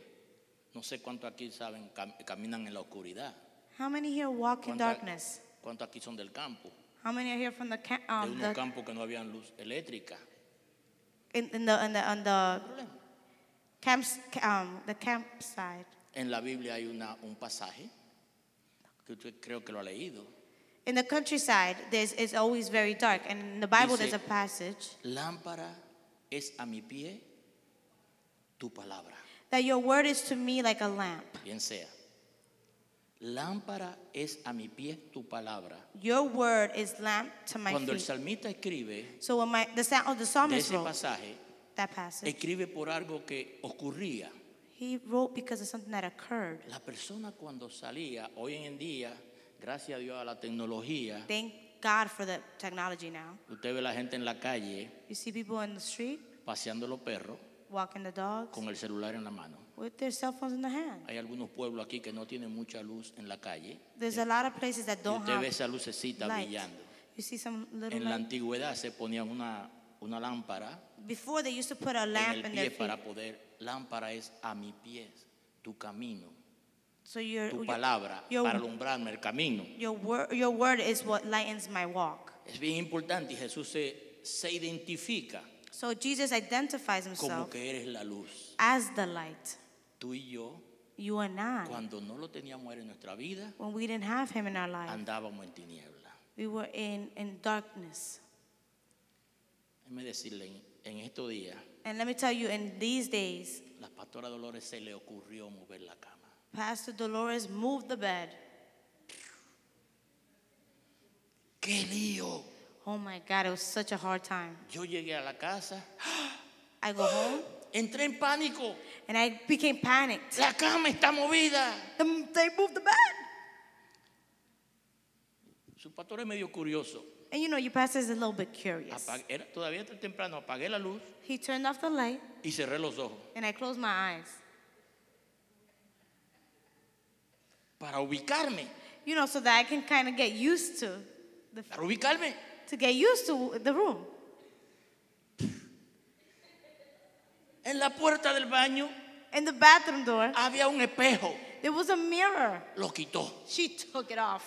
Speaker 1: no sé cuántos aquí saben, cam- caminan en la oscuridad.
Speaker 2: How many here walk in
Speaker 1: ¿Cuánta-
Speaker 2: darkness?
Speaker 1: ¿Cuántos aquí son del campo?
Speaker 2: How many are here from the, ca-
Speaker 1: De
Speaker 2: um,
Speaker 1: unos
Speaker 2: the,
Speaker 1: campos que no habían luz eléctrica.
Speaker 2: in, in the, in the, on the
Speaker 1: Problema.
Speaker 2: camps, um, the campsite?
Speaker 1: En la Biblia hay una, un pasaje que usted creo que lo ha leído.
Speaker 2: In the countryside, there's, it's always very dark. And in the Bible,
Speaker 1: Dice-
Speaker 2: there's a passage
Speaker 1: Lámpara es a mi pie tu palabra.
Speaker 2: that your word is to me like a lamp.
Speaker 1: Bien sea. Lámpara es a mi pie tu palabra.
Speaker 2: Your word is lamp to my
Speaker 1: Cuando el
Speaker 2: feet.
Speaker 1: salmista escribe
Speaker 2: So when my, the, sa- oh, the
Speaker 1: de
Speaker 2: psalmist
Speaker 1: ese
Speaker 2: wrote
Speaker 1: pasaje,
Speaker 2: that passage,
Speaker 1: escribe por algo que ocurría.
Speaker 2: he wrote because of something that occurred.
Speaker 1: La persona cuando salía, hoy en día, gracias a Dios a la tecnología,
Speaker 2: Thank God for the technology now.
Speaker 1: usted ve la gente en la calle
Speaker 2: You see people in the street
Speaker 1: paseando los perros
Speaker 2: walking the dogs
Speaker 1: con el celular en la mano.
Speaker 2: with their cell phones in the hand.
Speaker 1: Hay algunos pueblos aquí que no tienen mucha luz en la calle.
Speaker 2: There's a lot of places that
Speaker 1: Y
Speaker 2: don't
Speaker 1: usted ve
Speaker 2: have
Speaker 1: esa lucecita
Speaker 2: light.
Speaker 1: brillando.
Speaker 2: You see some little
Speaker 1: En la
Speaker 2: light.
Speaker 1: antigüedad se ponía una, una lámpara
Speaker 2: Before they used to put a
Speaker 1: en
Speaker 2: lamp
Speaker 1: el
Speaker 2: in
Speaker 1: pie
Speaker 2: their feet.
Speaker 1: para poder. Lámpara es a mi pies, tu camino,
Speaker 2: So your
Speaker 1: tu
Speaker 2: your,
Speaker 1: palabra
Speaker 2: yo-
Speaker 1: para alumbrarme el camino.
Speaker 2: your word your word is what lightens my walk.
Speaker 1: Es bien importante y Jesús se, se identifica
Speaker 2: So Jesus identifies
Speaker 1: como
Speaker 2: himself
Speaker 1: que eres la luz.
Speaker 2: as the light.
Speaker 1: Tú y yo,
Speaker 2: You and I.
Speaker 1: cuando no lo teníamos él en nuestra vida,
Speaker 2: When we didn't have him in our life,
Speaker 1: andábamos en tiniebla.
Speaker 2: we were in, in darkness.
Speaker 1: Déjeme decirle, en, en estos días,
Speaker 2: And let me tell you, in these days,
Speaker 1: la pastora Dolores se le ocurrió mover la cama.
Speaker 2: Pastor Dolores moved the bed.
Speaker 1: ¡Qué lío!
Speaker 2: Oh my God, it was such a hard time.
Speaker 1: Yo llegué a la casa,
Speaker 2: I go home
Speaker 1: entré en pánico.
Speaker 2: and I became panicked.
Speaker 1: La cama está movida.
Speaker 2: The- They moved the bed.
Speaker 1: Su pastor es medio curioso.
Speaker 2: And you know, your pastor is a little bit curious.
Speaker 1: Apag- era- todavía está temprano, apagué la luz
Speaker 2: He turned off the light
Speaker 1: y cerré los ojos
Speaker 2: and I closed my eyes.
Speaker 1: para ubicarme,
Speaker 2: You know, so that I can kind of get used to the,
Speaker 1: para ubicarme.
Speaker 2: to get used to the room.
Speaker 1: En la puerta del baño
Speaker 2: In the bathroom door,
Speaker 1: había un espejo,
Speaker 2: there was a mirror.
Speaker 1: lo quitó.
Speaker 2: She took it off.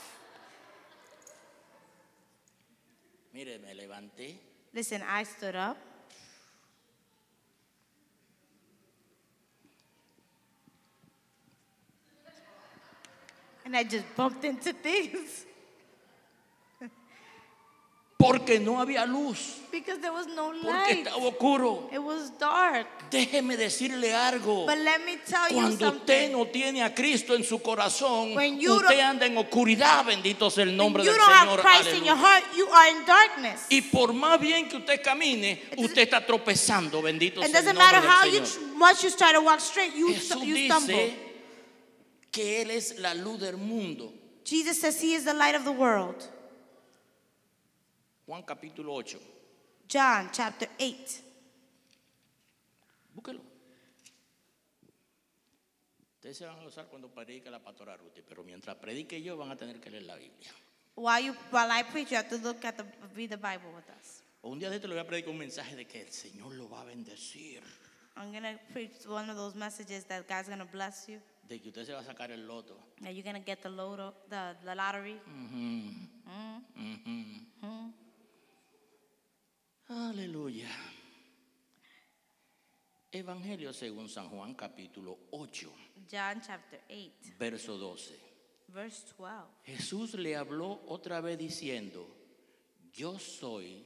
Speaker 1: Mire, me levanté,
Speaker 2: Listen, I stood up. And I just bumped into things
Speaker 1: porque no había luz,
Speaker 2: because there was no
Speaker 1: porque
Speaker 2: light.
Speaker 1: estaba oscuro.
Speaker 2: It was dark.
Speaker 1: Déjeme decirle algo.
Speaker 2: But let me tell you
Speaker 1: Cuando usted
Speaker 2: something.
Speaker 1: no tiene a Cristo en su corazón,
Speaker 2: When you
Speaker 1: usted
Speaker 2: don't-
Speaker 1: anda en oscuridad, bendito sea el
Speaker 2: When
Speaker 1: nombre
Speaker 2: you
Speaker 1: del
Speaker 2: don't have
Speaker 1: Señor.
Speaker 2: Christ in
Speaker 1: aleluya.
Speaker 2: your heart, you are in darkness.
Speaker 1: Y por más bien que usted camine, usted está tropezando, bendito
Speaker 2: It
Speaker 1: sea el
Speaker 2: doesn't
Speaker 1: nombre
Speaker 2: matter how you
Speaker 1: del Señor.
Speaker 2: tr- much you try to walk straight, you,
Speaker 1: Jesús
Speaker 2: you stumble.
Speaker 1: dice que Él es la luz del mundo.
Speaker 2: Jesus says he is the light of the world.
Speaker 1: Juan capítulo 8.
Speaker 2: John chapter 8.
Speaker 1: Búsquelo. Ustedes se van a gozar cuando predique la pastora Ruti, pero mientras predique yo van a tener que leer la Biblia.
Speaker 2: While you while I preach, you have to look at the read the Bible with us.
Speaker 1: Un día de esto le voy a predicar un mensaje de que el Señor lo va a bendecir,
Speaker 2: I'm gonna preach one of those messages that God's gonna bless you,
Speaker 1: de que usted se va a sacar el loto.
Speaker 2: that you're gonna get the loto, the, the lottery.
Speaker 1: Mm-hmm.
Speaker 2: Mm-hmm.
Speaker 1: Aleluya. Evangelio según San Juan capítulo 8,
Speaker 2: John chapter eight,
Speaker 1: verso 12.
Speaker 2: verse twelve.
Speaker 1: Jesús le habló otra vez diciendo, yo soy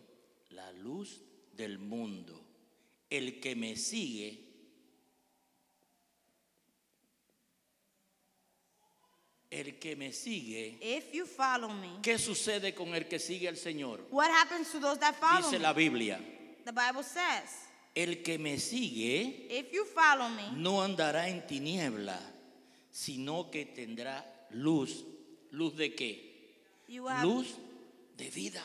Speaker 1: la luz del mundo. El que me sigue, el que me sigue,
Speaker 2: If you follow me,
Speaker 1: ¿qué sucede con el que sigue al Señor?
Speaker 2: what happens to those that follow
Speaker 1: Dice
Speaker 2: me?
Speaker 1: la Biblia,
Speaker 2: The Bible says,
Speaker 1: el que me sigue
Speaker 2: if you follow me,
Speaker 1: no andará en tiniebla, sino que tendrá luz. ¿Luz de qué?
Speaker 2: you will have
Speaker 1: Luz de vida.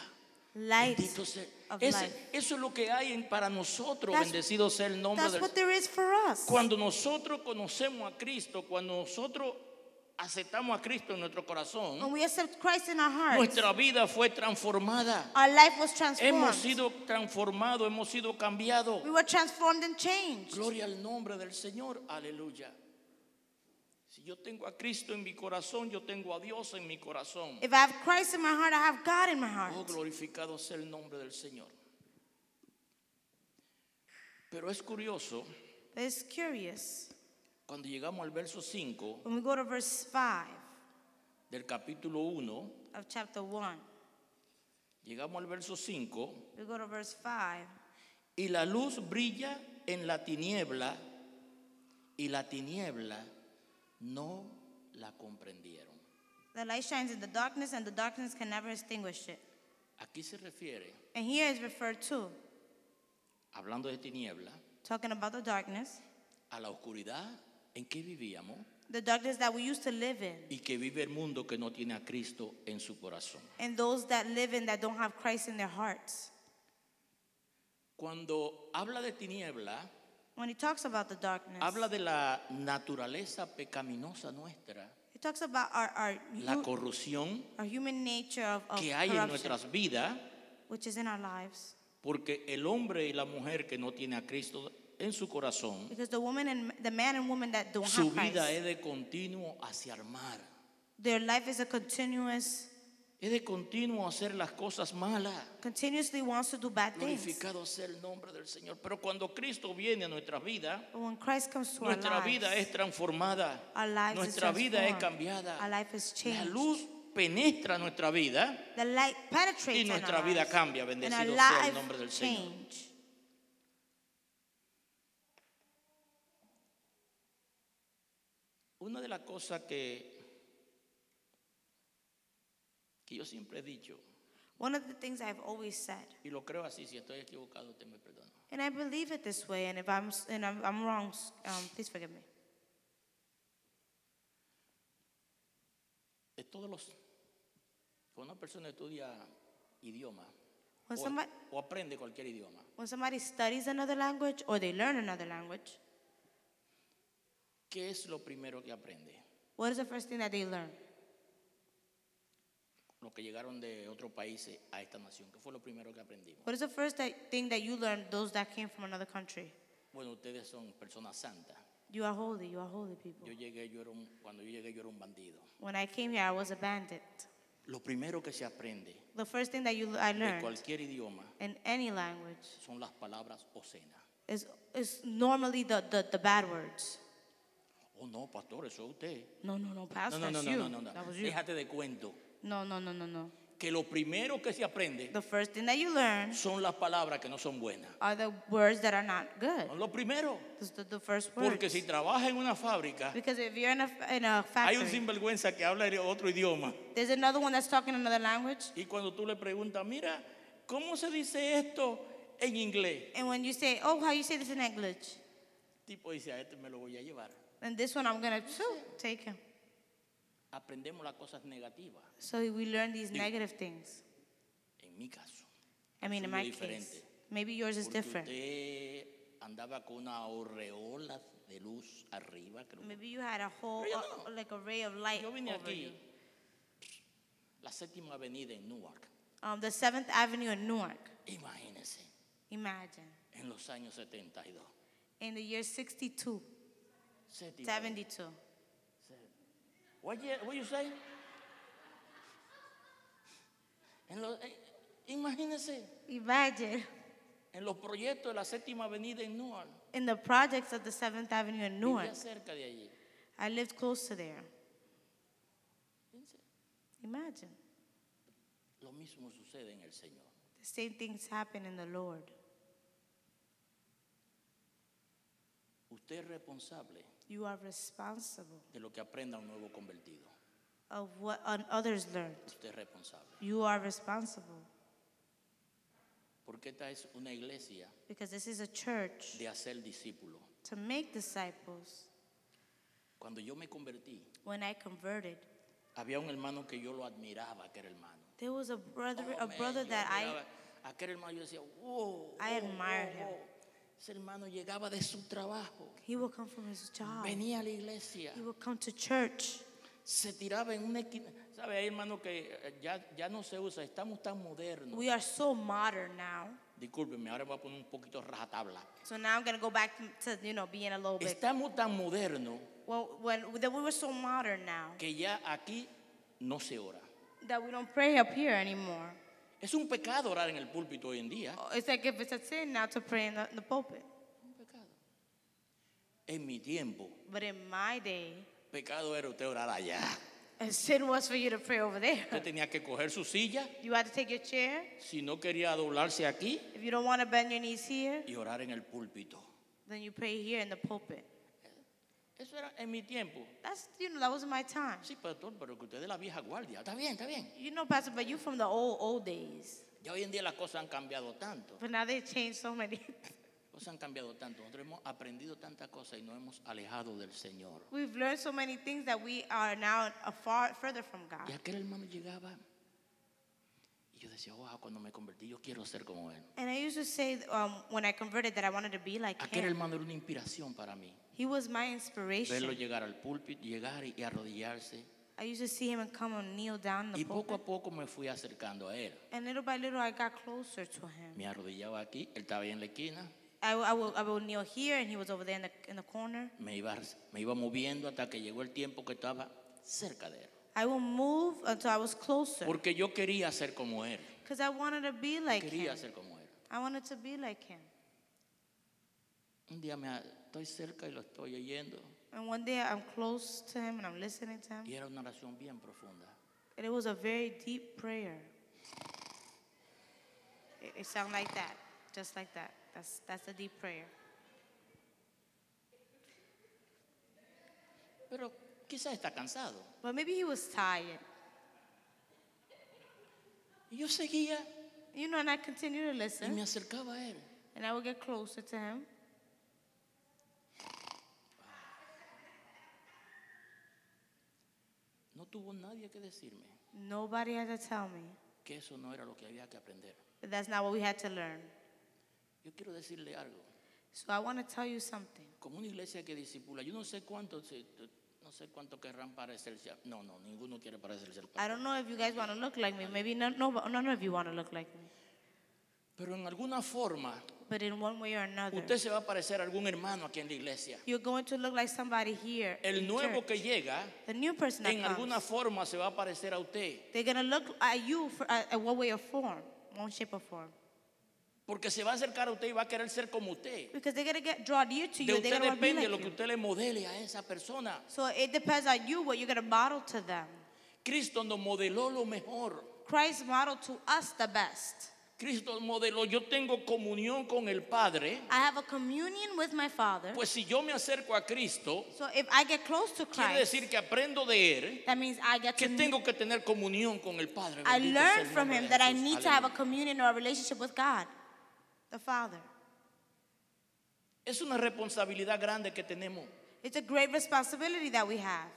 Speaker 2: light.
Speaker 1: Bendito sea.
Speaker 2: of
Speaker 1: Ese-
Speaker 2: life.
Speaker 1: eso es lo que hay en- para nosotros.
Speaker 2: That's-
Speaker 1: Bendecido sea el nombre
Speaker 2: That's
Speaker 1: del
Speaker 2: what there is for us.
Speaker 1: Cuando nosotros conocemos a Cristo, cuando nosotros aceptamos a Cristo en nuestro corazón,
Speaker 2: When we accept Christ in our hearts,
Speaker 1: nuestra vida fue transformada.
Speaker 2: our life was
Speaker 1: Hemos
Speaker 2: transformed.
Speaker 1: sido transformados, hemos sido cambiados.
Speaker 2: We were transformed and changed.
Speaker 1: Gloria al nombre del Señor, aleluya. Si yo tengo a Cristo en mi corazón, yo tengo a Dios en mi corazón.
Speaker 2: If I have Christ in my heart, I have God in my
Speaker 1: Oh,
Speaker 2: heart.
Speaker 1: glorificado sea el nombre del Señor. Pero es curioso,
Speaker 2: But it's curious.
Speaker 1: cuando llegamos al verso 5
Speaker 2: When we go to verse 5
Speaker 1: del capítulo 1,
Speaker 2: of chapter 1,
Speaker 1: llegamos al verso 5,
Speaker 2: we go to verse 5.
Speaker 1: y la luz brilla en la tiniebla, y la tiniebla no la comprendieron.
Speaker 2: The light shines in the darkness, and the darkness can never extinguish it.
Speaker 1: Aquí se refiere,
Speaker 2: And here is referred to,
Speaker 1: hablando de tiniebla,
Speaker 2: talking about the darkness,
Speaker 1: a la oscuridad en que vivíamos
Speaker 2: the darkness that we used to live in,
Speaker 1: y que vive el mundo que no tiene a Cristo en su corazón.
Speaker 2: and those that live in that don't have Christ in their hearts.
Speaker 1: Cuando habla de tiniebla,
Speaker 2: When he talks about the darkness,
Speaker 1: habla de la naturaleza pecaminosa nuestra,
Speaker 2: he talks about our, our,
Speaker 1: la
Speaker 2: hu-
Speaker 1: corrupción
Speaker 2: our human nature of, of
Speaker 1: que hay en
Speaker 2: corruption,
Speaker 1: nuestras vidas,
Speaker 2: which is in our lives.
Speaker 1: porque el hombre y la mujer que no tiene a Cristo en su corazón,
Speaker 2: Because the woman and the man and woman that don't
Speaker 1: su
Speaker 2: have Christ,
Speaker 1: vida es de continuo hacia el mar,
Speaker 2: their life is a continuous,
Speaker 1: es de continuo hacer las cosas malas.
Speaker 2: continuously wants to do bad things.
Speaker 1: Glorificado sea el nombre del Señor. Pero cuando Cristo viene a nuestras vidas,
Speaker 2: But when Christ comes to our
Speaker 1: Nuestra
Speaker 2: lives,
Speaker 1: vida es transformada.
Speaker 2: our lives is
Speaker 1: Nuestra vida es
Speaker 2: transformed.
Speaker 1: cambiada.
Speaker 2: Our life is
Speaker 1: La
Speaker 2: changed.
Speaker 1: luz penetra nuestra vida.
Speaker 2: The light penetrates
Speaker 1: Y
Speaker 2: in our
Speaker 1: nuestra vida
Speaker 2: lives.
Speaker 1: cambia.
Speaker 2: And our
Speaker 1: Bendecido sea el
Speaker 2: life
Speaker 1: nombre del Señor.
Speaker 2: change.
Speaker 1: Una de las cosas que, que yo siempre he dicho,
Speaker 2: One of the things I've always said,
Speaker 1: y lo creo así, si estoy equivocado, te me perdono.
Speaker 2: and I believe it this way, and if I'm s- and I'm, I'm wrong, s- um, please forgive me.
Speaker 1: De todos los, cuando una persona estudia idioma o,
Speaker 2: When somebody-
Speaker 1: o aprende cualquier idioma,
Speaker 2: When somebody studies another language or they learn another language,
Speaker 1: ¿qué es lo primero que aprende?
Speaker 2: what is the first thing that they learn?
Speaker 1: Los que llegaron de otros países a esta nación, ¿qué fue lo primero que aprendimos?
Speaker 2: What is the first that, thing that you learn? Those that came from another country.
Speaker 1: Bueno, ustedes son personas santas.
Speaker 2: You are holy. You are holy people.
Speaker 1: Yo llegué, yo era un, cuando yo llegué yo era un bandido.
Speaker 2: When I came here, I was a bandit.
Speaker 1: Lo primero que se aprende
Speaker 2: The first thing that you I
Speaker 1: de
Speaker 2: learned
Speaker 1: cualquier idioma
Speaker 2: in any language
Speaker 1: son las palabras obscenas.
Speaker 2: is is normally the, the, the bad words.
Speaker 1: Oh no, pastor, eso es usted.
Speaker 2: No, no, no,
Speaker 1: No,
Speaker 2: pastor,
Speaker 1: no, no,
Speaker 2: that's
Speaker 1: no,
Speaker 2: you.
Speaker 1: no, no, no.
Speaker 2: That was you.
Speaker 1: Déjate de cuento.
Speaker 2: No, no, no, no, no.
Speaker 1: Que lo primero que se aprende
Speaker 2: The first thing that you learn
Speaker 1: son las palabras que no son buenas.
Speaker 2: are the words that are not good.
Speaker 1: Son lo primero.
Speaker 2: Those the, the first
Speaker 1: Porque
Speaker 2: words.
Speaker 1: si trabaja en una fábrica,
Speaker 2: Because if you're in a, in a
Speaker 1: hay un
Speaker 2: factory,
Speaker 1: sinvergüenza que habla de otro idioma.
Speaker 2: there's another one that's talking another language.
Speaker 1: Y cuando tú le preguntas, mira, ¿cómo se dice esto en inglés?
Speaker 2: And when you say, oh, how you say this in English?
Speaker 1: Tipo dice, a este me lo voy a llevar.
Speaker 2: And this one I'm going to take him.
Speaker 1: Aprendemos las cosas negativas,
Speaker 2: So we learn these negative things.
Speaker 1: en mi caso.
Speaker 2: I mean, in my
Speaker 1: Suyo
Speaker 2: case,
Speaker 1: diferente.
Speaker 2: maybe yours is
Speaker 1: Porque
Speaker 2: different.
Speaker 1: usted andaba con una aureola de luz arriba. creo.
Speaker 2: Maybe you had a whole,
Speaker 1: Pero yo
Speaker 2: uh, like a ray of light
Speaker 1: Yo vine
Speaker 2: over you.
Speaker 1: aquí, la séptima avenida en Newark.
Speaker 2: Um, the Seventh Avenue in Newark.
Speaker 1: Imagínese,
Speaker 2: Imagine
Speaker 1: en los años 72.
Speaker 2: in the year 62,
Speaker 1: Séptima
Speaker 2: 72.
Speaker 1: avenida. What year- what you say? En los- eh, imagínese,
Speaker 2: Imagine
Speaker 1: en los proyectos de la séptima avenida en Newark.
Speaker 2: in the projects of the Seventh Avenue in Newark.
Speaker 1: Vivía cerca de allí.
Speaker 2: I lived close to there. Imagine
Speaker 1: Lo mismo sucede en el Señor.
Speaker 2: the same things happen in the Lord.
Speaker 1: Usted es responsable
Speaker 2: You are responsible
Speaker 1: de lo que aprenda un nuevo convertido.
Speaker 2: of what on others learned.
Speaker 1: Usted es responsable.
Speaker 2: You are responsible
Speaker 1: Porque esta es una iglesia
Speaker 2: because this is a church
Speaker 1: de hacer discípulos.
Speaker 2: to make disciples.
Speaker 1: Cuando yo me convertí,
Speaker 2: When I converted,
Speaker 1: había un hermano que yo lo admiraba, que era hermano.
Speaker 2: there was a brother,
Speaker 1: Oh,
Speaker 2: a
Speaker 1: man,
Speaker 2: brother
Speaker 1: yo
Speaker 2: that I
Speaker 1: admiraba. Aquel hermano yo decía, wow.
Speaker 2: I admired him.
Speaker 1: Ese hermano llegaba de su trabajo,
Speaker 2: he would come from his job.
Speaker 1: venía a la iglesia,
Speaker 2: He would come to church.
Speaker 1: se tiraba en una esquina. ¿Sabe, hay hermano que eh, ya, ya no se usa? Estamos tan modernos.
Speaker 2: We are so modern now.
Speaker 1: Discúlpenme, ahora voy a poner un poquito rajatabla.
Speaker 2: So now I'm gonna go back to you know being a little bit.
Speaker 1: Estamos tan modernos
Speaker 2: Well, when that we were so modern now
Speaker 1: que ya aquí no se ora.
Speaker 2: that we don't pray up here anymore.
Speaker 1: Es un pecado orar en el púlpito hoy en día.
Speaker 2: It's like if it's a sin now to pray in the, the pulpit.
Speaker 1: Un pecado. En mi tiempo,
Speaker 2: But in my day,
Speaker 1: pecado era usted orar allá.
Speaker 2: a sin was for you to pray over there.
Speaker 1: Usted tenía que coger su silla,
Speaker 2: You had to take your chair.
Speaker 1: si no quería doblarse aquí,
Speaker 2: If you don't want to bend your knees here,
Speaker 1: y orar en el púlpito.
Speaker 2: then you pray here in the pulpit.
Speaker 1: Eso era en mi tiempo.
Speaker 2: That's you know that was my time.
Speaker 1: Sí, pastor, pero que usted es la vieja guardia. Está bien, está bien.
Speaker 2: You know, Pastor, but you from the old old days.
Speaker 1: Ya hoy en día las cosas han cambiado tanto.
Speaker 2: But now they changed so many.
Speaker 1: Las cosas han cambiado tanto. Nosotros hemos aprendido tantas cosas y nos hemos alejado del Señor.
Speaker 2: We've learned so many things that we are now far further from God.
Speaker 1: Y aquel hermano llegaba y yo decía, wow, cuando me convertí yo quiero ser como él.
Speaker 2: And I used to say um, when I converted that I wanted to be like
Speaker 1: Aquel
Speaker 2: him.
Speaker 1: hermano era una inspiración para mí.
Speaker 2: He was my
Speaker 1: Verlo
Speaker 2: inspiration.
Speaker 1: llegar al púlpito, llegar y y arrodillarse.
Speaker 2: I used to see him and come and kneel down in the
Speaker 1: Y poco
Speaker 2: pulpit.
Speaker 1: a poco me fui acercando a él.
Speaker 2: And little by little, I got closer to him.
Speaker 1: Me arrodillaba aquí, él estaba ahí en la esquina.
Speaker 2: I, w- I will I will kneel here, and he was over there in the in the corner.
Speaker 1: Me iba, me iba moviendo hasta que llegó el tiempo que estaba cerca de él.
Speaker 2: I will move until I was closer,
Speaker 1: Porque yo quería ser como él.
Speaker 2: because I wanted to be like
Speaker 1: Quería
Speaker 2: him.
Speaker 1: ser como él.
Speaker 2: I wanted to be like him.
Speaker 1: Un día me a- estoy cerca y lo estoy oyendo.
Speaker 2: And one day, I'm close to him, and I'm listening to him.
Speaker 1: Y era una oración bien profunda.
Speaker 2: And it was a very deep prayer. It, it sounded like that, just like that. That's, that's a deep prayer.
Speaker 1: Pero quizás está cansado.
Speaker 2: But maybe he was tired.
Speaker 1: Y yo seguía
Speaker 2: You know, and I continued to
Speaker 1: y me
Speaker 2: listen,
Speaker 1: acercaba a él.
Speaker 2: and I would get closer to him.
Speaker 1: No tuvo nadie que decirme
Speaker 2: Nobody had to tell me.
Speaker 1: que eso no era lo que había que aprender.
Speaker 2: But that's not what we had to learn.
Speaker 1: Yo quiero decirle algo.
Speaker 2: So I want to tell you something.
Speaker 1: Como una iglesia que disipula, yo no sé cuántos, se- no sé cuántos querrán parecerse. a- No, no, ninguno quiere parecerse al
Speaker 2: I
Speaker 1: pastor.
Speaker 2: don't know if you guys want to look like me. Maybe none, no, none of you want to look like me.
Speaker 1: Pero en alguna forma,
Speaker 2: But in one way or another,
Speaker 1: usted se va a parecer a algún hermano aquí en la iglesia.
Speaker 2: you're going to look like somebody here.
Speaker 1: El
Speaker 2: in
Speaker 1: nuevo
Speaker 2: church.
Speaker 1: que llega,
Speaker 2: the new person that
Speaker 1: en
Speaker 2: comes.
Speaker 1: alguna forma se va a parecer a usted.
Speaker 2: They're gonna look at you for at, at what way or form, one shape or form,
Speaker 1: Porque se va a acercar a usted y va a querer ser como usted.
Speaker 2: because they're gonna get drawn near to
Speaker 1: De
Speaker 2: you. and They're
Speaker 1: usted
Speaker 2: gonna wanna be
Speaker 1: depende
Speaker 2: like
Speaker 1: lo que
Speaker 2: you.
Speaker 1: usted le modele a esa persona.
Speaker 2: So it depends on you what you're gonna model to them.
Speaker 1: Cristo nos modeló lo mejor.
Speaker 2: Christ modeled to us the best.
Speaker 1: Cristo modeló, yo tengo comunión con el Padre.
Speaker 2: I have a communion with my Father.
Speaker 1: Pues si yo me acerco a Cristo,
Speaker 2: So if I get close to
Speaker 1: quiere
Speaker 2: Christ,
Speaker 1: decir que aprendo de Él,
Speaker 2: that means I get
Speaker 1: que
Speaker 2: to.
Speaker 1: tengo que tener comunión con el Padre. Bendito sea
Speaker 2: I
Speaker 1: el
Speaker 2: learn from
Speaker 1: nombre de
Speaker 2: Him that I
Speaker 1: Jesús.
Speaker 2: need to have a
Speaker 1: Aleluya.
Speaker 2: communion or a relationship with God, the Father.
Speaker 1: Es una responsabilidad grande que tenemos.
Speaker 2: It's a great responsibility that we have.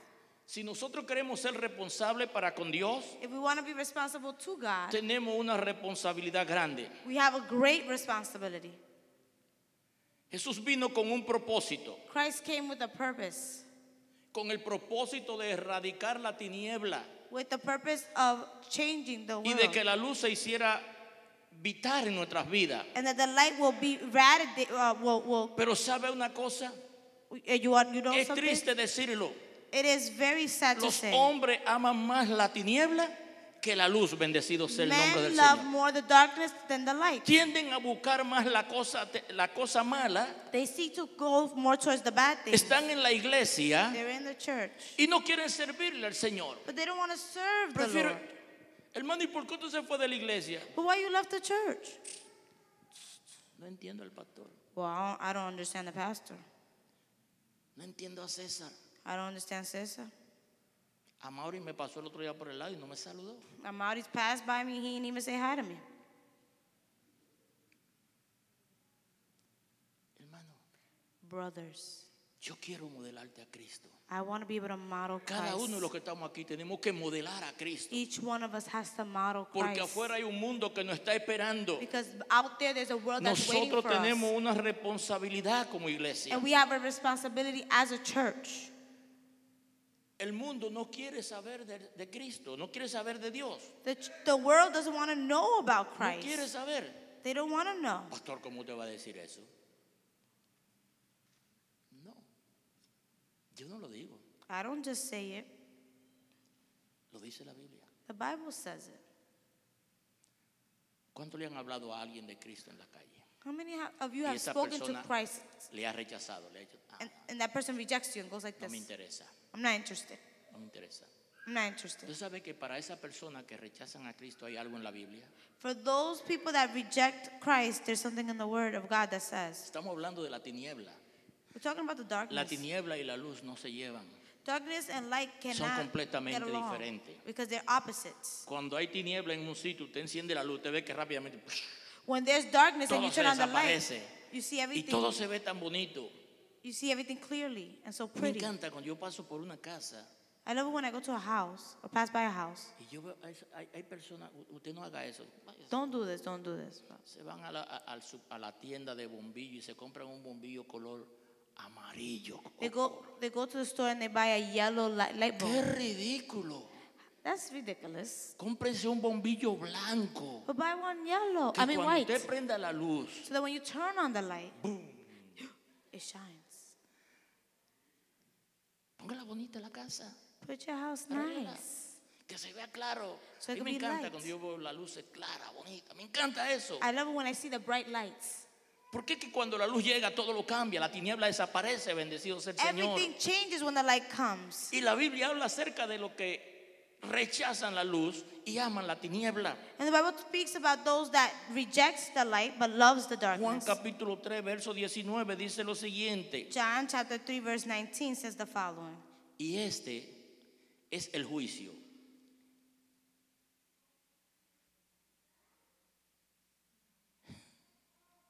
Speaker 1: Si nosotros queremos ser responsables para con Dios,
Speaker 2: If we want to be responsible to God,
Speaker 1: tenemos una responsabilidad grande.
Speaker 2: we have a great responsibility.
Speaker 1: Jesús vino con un propósito,
Speaker 2: Christ came with a purpose,
Speaker 1: con el propósito de erradicar la tiniebla
Speaker 2: with the purpose of changing the
Speaker 1: y
Speaker 2: world,
Speaker 1: de que la luz se hiciera vital en nuestras vidas.
Speaker 2: and that the light will be radiated. Uh, will, will,
Speaker 1: Pero sabe una cosa,
Speaker 2: uh, you, are, you know
Speaker 1: es
Speaker 2: something?
Speaker 1: triste decirlo,
Speaker 2: It is very sad to
Speaker 1: los
Speaker 2: say.
Speaker 1: hombres aman más la tiniebla que la luz, bendecido sea el nombre
Speaker 2: Men
Speaker 1: del
Speaker 2: love
Speaker 1: Señor.
Speaker 2: more the darkness than the light.
Speaker 1: Tienden a buscar más la cosa, la cosa mala,
Speaker 2: They seek to go more towards the bad things.
Speaker 1: están en la iglesia
Speaker 2: They're in the church,
Speaker 1: y no quieren servirle al Señor.
Speaker 2: but they don't want to serve the
Speaker 1: Prefiero,
Speaker 2: Lord.
Speaker 1: hermano, ¿y por qué usted se fue de la iglesia?
Speaker 2: But why you left the church?
Speaker 1: No entiendo al pastor,
Speaker 2: Well, I don't, I don't understand the pastor.
Speaker 1: no entiendo a César.
Speaker 2: I don't understand Cesar.
Speaker 1: A Mauri me pasó el otro día por el lado y no me saludó.
Speaker 2: Amari's passed by me. He didn't even say hi to me.
Speaker 1: Hermano,
Speaker 2: Brothers.
Speaker 1: yo quiero modelarte a Cristo.
Speaker 2: I want to be able to model
Speaker 1: Cada uno de los
Speaker 2: Christ.
Speaker 1: que estamos aquí tenemos que modelar a Cristo.
Speaker 2: Each one of us has to model
Speaker 1: Porque
Speaker 2: Christ.
Speaker 1: afuera hay un mundo que nos está esperando.
Speaker 2: Because out there, there's a world that's waiting
Speaker 1: Nosotros
Speaker 2: for
Speaker 1: tenemos
Speaker 2: us.
Speaker 1: una responsabilidad como iglesia.
Speaker 2: And we have a responsibility as a church.
Speaker 1: El mundo no quiere saber de, de Cristo, no quiere saber de Dios,
Speaker 2: The, ch- the world doesn't want to know about
Speaker 1: no quiere
Speaker 2: Christ.
Speaker 1: saber.
Speaker 2: They don't want to know.
Speaker 1: Pastor, ¿cómo te va a decir eso? No, yo no lo digo,
Speaker 2: I don't just say it.
Speaker 1: lo dice la Biblia.
Speaker 2: The Bible says it.
Speaker 1: ¿Cuánto le han hablado a alguien de Cristo en la calle?
Speaker 2: How many ha- of you
Speaker 1: Y
Speaker 2: have
Speaker 1: esa
Speaker 2: spoken to
Speaker 1: persona
Speaker 2: Christ
Speaker 1: le ha rechazado, le ha dicho, "Ah,
Speaker 2: and, and that person rejects you and goes like
Speaker 1: no me
Speaker 2: this?
Speaker 1: interesa,
Speaker 2: I'm not interested.
Speaker 1: no me interesa.
Speaker 2: I'm not interested.
Speaker 1: ¿Tú sabes que para esa persona que rechazan a Cristo hay algo en la Biblia?
Speaker 2: For those people that reject Christ, there's something in the Word of God that says.
Speaker 1: Estamos hablando de la tiniebla.
Speaker 2: We're talking about the
Speaker 1: La
Speaker 2: darkness.
Speaker 1: tiniebla y la luz no se llevan.
Speaker 2: Darkness and light cannot
Speaker 1: completamente
Speaker 2: get along
Speaker 1: diferentes.
Speaker 2: because they're opposites.
Speaker 1: Cuando hay tiniebla en un sitio, usted enciende la luz, usted ve que rápidamente ¡push!
Speaker 2: When there's darkness and
Speaker 1: Todo
Speaker 2: you
Speaker 1: se
Speaker 2: turn on the light,
Speaker 1: desaparece.
Speaker 2: you see
Speaker 1: y
Speaker 2: everything.
Speaker 1: todo se ve tan bonito.
Speaker 2: You see everything clearly and so
Speaker 1: Me
Speaker 2: pretty.
Speaker 1: encanta cuando yo paso por una casa
Speaker 2: I love it when I go to a house or pass by a house.
Speaker 1: y yo veo hay, hay- hay personas, u- usted no haga eso. Vaya,
Speaker 2: Don't do this. Don't do this.
Speaker 1: Se van a la, a- al su- a la tienda de bombillo y se compran un bombillo color amarillo.
Speaker 2: They go. They go to the store and they buy a yellow light, light
Speaker 1: ¡Qué
Speaker 2: bulb.
Speaker 1: ridículo!
Speaker 2: That's ridiculous.
Speaker 1: Cómprense un bombillo blanco.
Speaker 2: But buy one yellow.
Speaker 1: Que
Speaker 2: Oh, I mean
Speaker 1: cuando
Speaker 2: white.
Speaker 1: usted prenda la luz,
Speaker 2: So that when you turn on the light, it shines.
Speaker 1: póngala bonita la casa.
Speaker 2: Put your house
Speaker 1: Arregla.
Speaker 2: nice.
Speaker 1: Que se vea claro.
Speaker 2: So
Speaker 1: a mí
Speaker 2: it could
Speaker 1: me
Speaker 2: be
Speaker 1: encanta
Speaker 2: light.
Speaker 1: cuando yo veo la luz es clara, bonita. Me encanta eso.
Speaker 2: I love it when I see the bright lights.
Speaker 1: ¿Por qué que cuando la luz llega todo lo cambia? La tiniebla desaparece, bendecido sea el Señor.
Speaker 2: Everything changes when the light comes.
Speaker 1: Y la Biblia habla acerca de lo que rechazan la luz y aman la tiniebla.
Speaker 2: And the Bible speaks about those that rejects the light but loves the
Speaker 1: Juan
Speaker 2: darkness.
Speaker 1: capítulo 3, verso 19 dice lo siguiente.
Speaker 2: John chapter 3 verse 19 says the following.
Speaker 1: Y este es el juicio.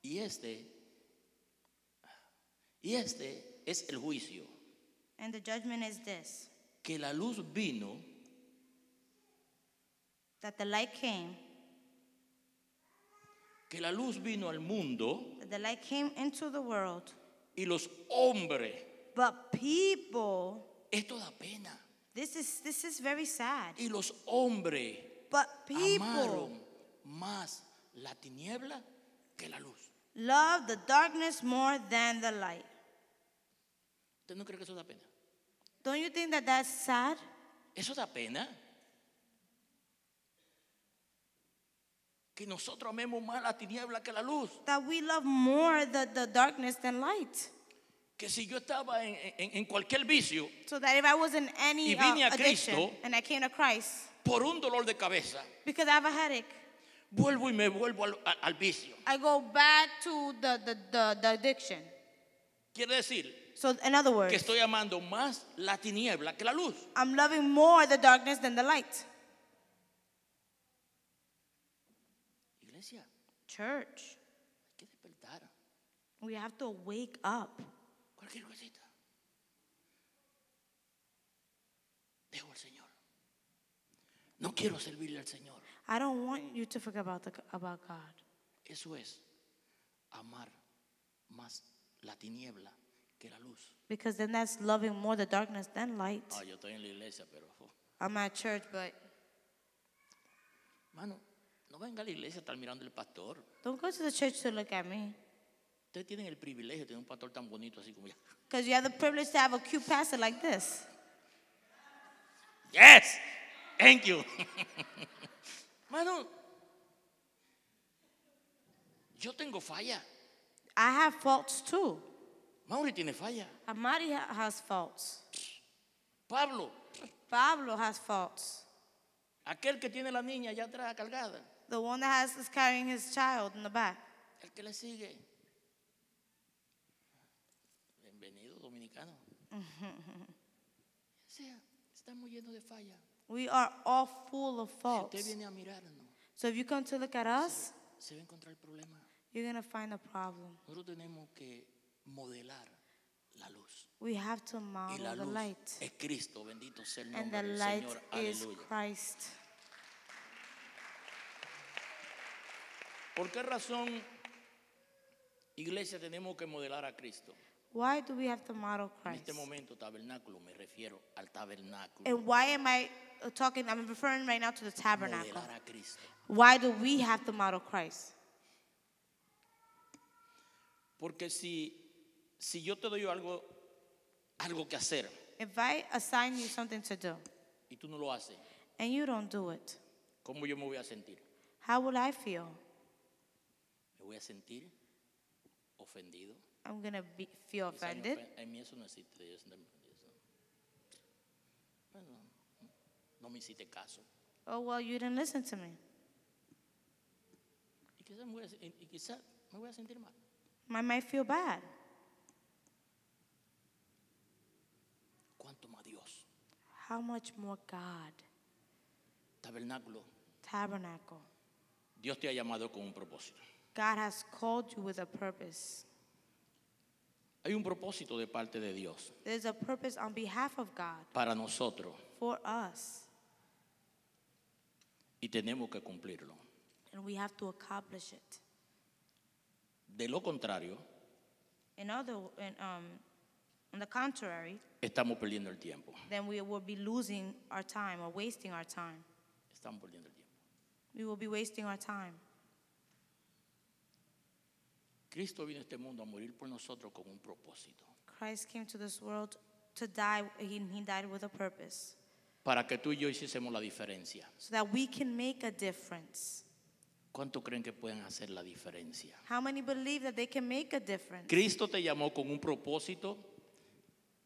Speaker 1: Y este, y este es el juicio,
Speaker 2: And the judgment is this,
Speaker 1: que la luz vino
Speaker 2: that the light came,
Speaker 1: que la luz vino al mundo
Speaker 2: that the light came into the world,
Speaker 1: y los hombres,
Speaker 2: but people,
Speaker 1: esto da pena,
Speaker 2: this is this is very sad.
Speaker 1: y los hombres
Speaker 2: But people
Speaker 1: amaron más la tiniebla que la luz.
Speaker 2: love the darkness more than the light.
Speaker 1: ¿Usted no cree que eso da pena?
Speaker 2: Don't you think that that's sad?
Speaker 1: Eso da pena. Que nosotros amemos más la tiniebla que la luz.
Speaker 2: That we love more the, the darkness than light.
Speaker 1: Que si yo estaba en, en- en cualquier vicio
Speaker 2: So that if I was in any
Speaker 1: Y vine
Speaker 2: uh,
Speaker 1: a
Speaker 2: addiction
Speaker 1: Cristo.
Speaker 2: and I came to Christ,
Speaker 1: por un dolor de cabeza,
Speaker 2: Because I have a headache.
Speaker 1: vuelvo y me vuelvo al, al- al vicio.
Speaker 2: I go back to the, the, the, the addiction.
Speaker 1: Quiere decir
Speaker 2: So, in other
Speaker 1: que
Speaker 2: words,
Speaker 1: estoy amando más la tiniebla que la luz.
Speaker 2: I'm loving more the darkness than the light.
Speaker 1: Iglesia, hay
Speaker 2: Church,
Speaker 1: que despertar.
Speaker 2: we have to wake up.
Speaker 1: Cualquier cosita. Dejo al Señor. No quiero servirle al Señor.
Speaker 2: I don't want you to forget about, the, about God.
Speaker 1: Eso es amar más la tiniebla que la luz.
Speaker 2: Because then that's loving more the darkness than light.
Speaker 1: Ah, yo estoy en la iglesia, pero oh,
Speaker 2: I'm at church, but
Speaker 1: hermano, no venga a la iglesia a estar mirando el pastor.
Speaker 2: don't go to the church to look at me.
Speaker 1: Ustedes tienen el privilegio de tener un pastor tan bonito así como ya.
Speaker 2: Because you have the privilege to have a cute pastor like this.
Speaker 1: Yes, thank you. Hermano, yo tengo falla.
Speaker 2: I have faults too.
Speaker 1: Mauri tiene falla.
Speaker 2: Amari ha- has faults.
Speaker 1: Pablo,
Speaker 2: Pablo has faults.
Speaker 1: aquel que tiene la niña allá atrás cargada,
Speaker 2: The one that has is carrying his child in the back.
Speaker 1: el que le sigue. Bienvenido, dominicano. O sea, estamos llenos de falla.
Speaker 2: We are all full of
Speaker 1: Si
Speaker 2: faults.
Speaker 1: usted viene a mirarnos,
Speaker 2: So if you come to look at us,
Speaker 1: se va a encontrar el problema.
Speaker 2: you're going to find a problem.
Speaker 1: Nosotros tenemos que modelar la luz.
Speaker 2: We have to
Speaker 1: Y la
Speaker 2: model Ah, the
Speaker 1: luz
Speaker 2: light.
Speaker 1: es Cristo, bendito sea el
Speaker 2: And
Speaker 1: nombre
Speaker 2: the
Speaker 1: del
Speaker 2: light
Speaker 1: Señor.
Speaker 2: is
Speaker 1: Aleluya.
Speaker 2: Christ.
Speaker 1: ¿Por qué razón, iglesia, tenemos que modelar a Cristo?
Speaker 2: Why do we have to model
Speaker 1: En
Speaker 2: Christ?
Speaker 1: este momento, tabernáculo, me refiero al tabernáculo.
Speaker 2: And why am I talking? I'm referring right now to the tabernacle.
Speaker 1: Modelar a Cristo.
Speaker 2: Why do we have to model Christ?
Speaker 1: Porque si, si yo te doy algo, algo que hacer
Speaker 2: If I assign you something to do
Speaker 1: y tú no lo haces,
Speaker 2: and you don't do it,
Speaker 1: ¿cómo yo me voy a sentir?
Speaker 2: how will I feel?
Speaker 1: Me voy a sentir ofendido.
Speaker 2: I'm gonna be, feel
Speaker 1: Quizá me
Speaker 2: offended.
Speaker 1: ofen- En mí eso no existe. yo sentirme ofendido, eso. Bueno, no me hiciste caso.
Speaker 2: Oh well, you didn't listen to me.
Speaker 1: Y quizás me voy a, se- y- y quizá me voy a sentir mal.
Speaker 2: I might feel bad.
Speaker 1: ¿Cuánto más Dios?
Speaker 2: How much more God?
Speaker 1: Tabernáculo,
Speaker 2: Tabernacle.
Speaker 1: Dios te ha llamado con un propósito.
Speaker 2: God has called you with a purpose.
Speaker 1: Hay un propósito de parte de Dios
Speaker 2: There's a purpose on behalf of God
Speaker 1: para nosotros
Speaker 2: for us,
Speaker 1: y tenemos que cumplirlo.
Speaker 2: and we have to accomplish it.
Speaker 1: De lo contrario,
Speaker 2: In other, in, um, on the contrary,
Speaker 1: estamos perdiendo el tiempo.
Speaker 2: then we will be losing our time or wasting our time.
Speaker 1: Estamos perdiendo el tiempo.
Speaker 2: We will be wasting our time.
Speaker 1: Cristo vino a este mundo a morir por nosotros con un propósito.
Speaker 2: Christ came to this world to die. He, he died with a purpose,
Speaker 1: Para que tú y yo hiciésemos la diferencia.
Speaker 2: so that we can make a difference.
Speaker 1: ¿Cuánto creen que pueden hacer la diferencia?
Speaker 2: How many believe that they can make a difference?
Speaker 1: Cristo te llamó con un propósito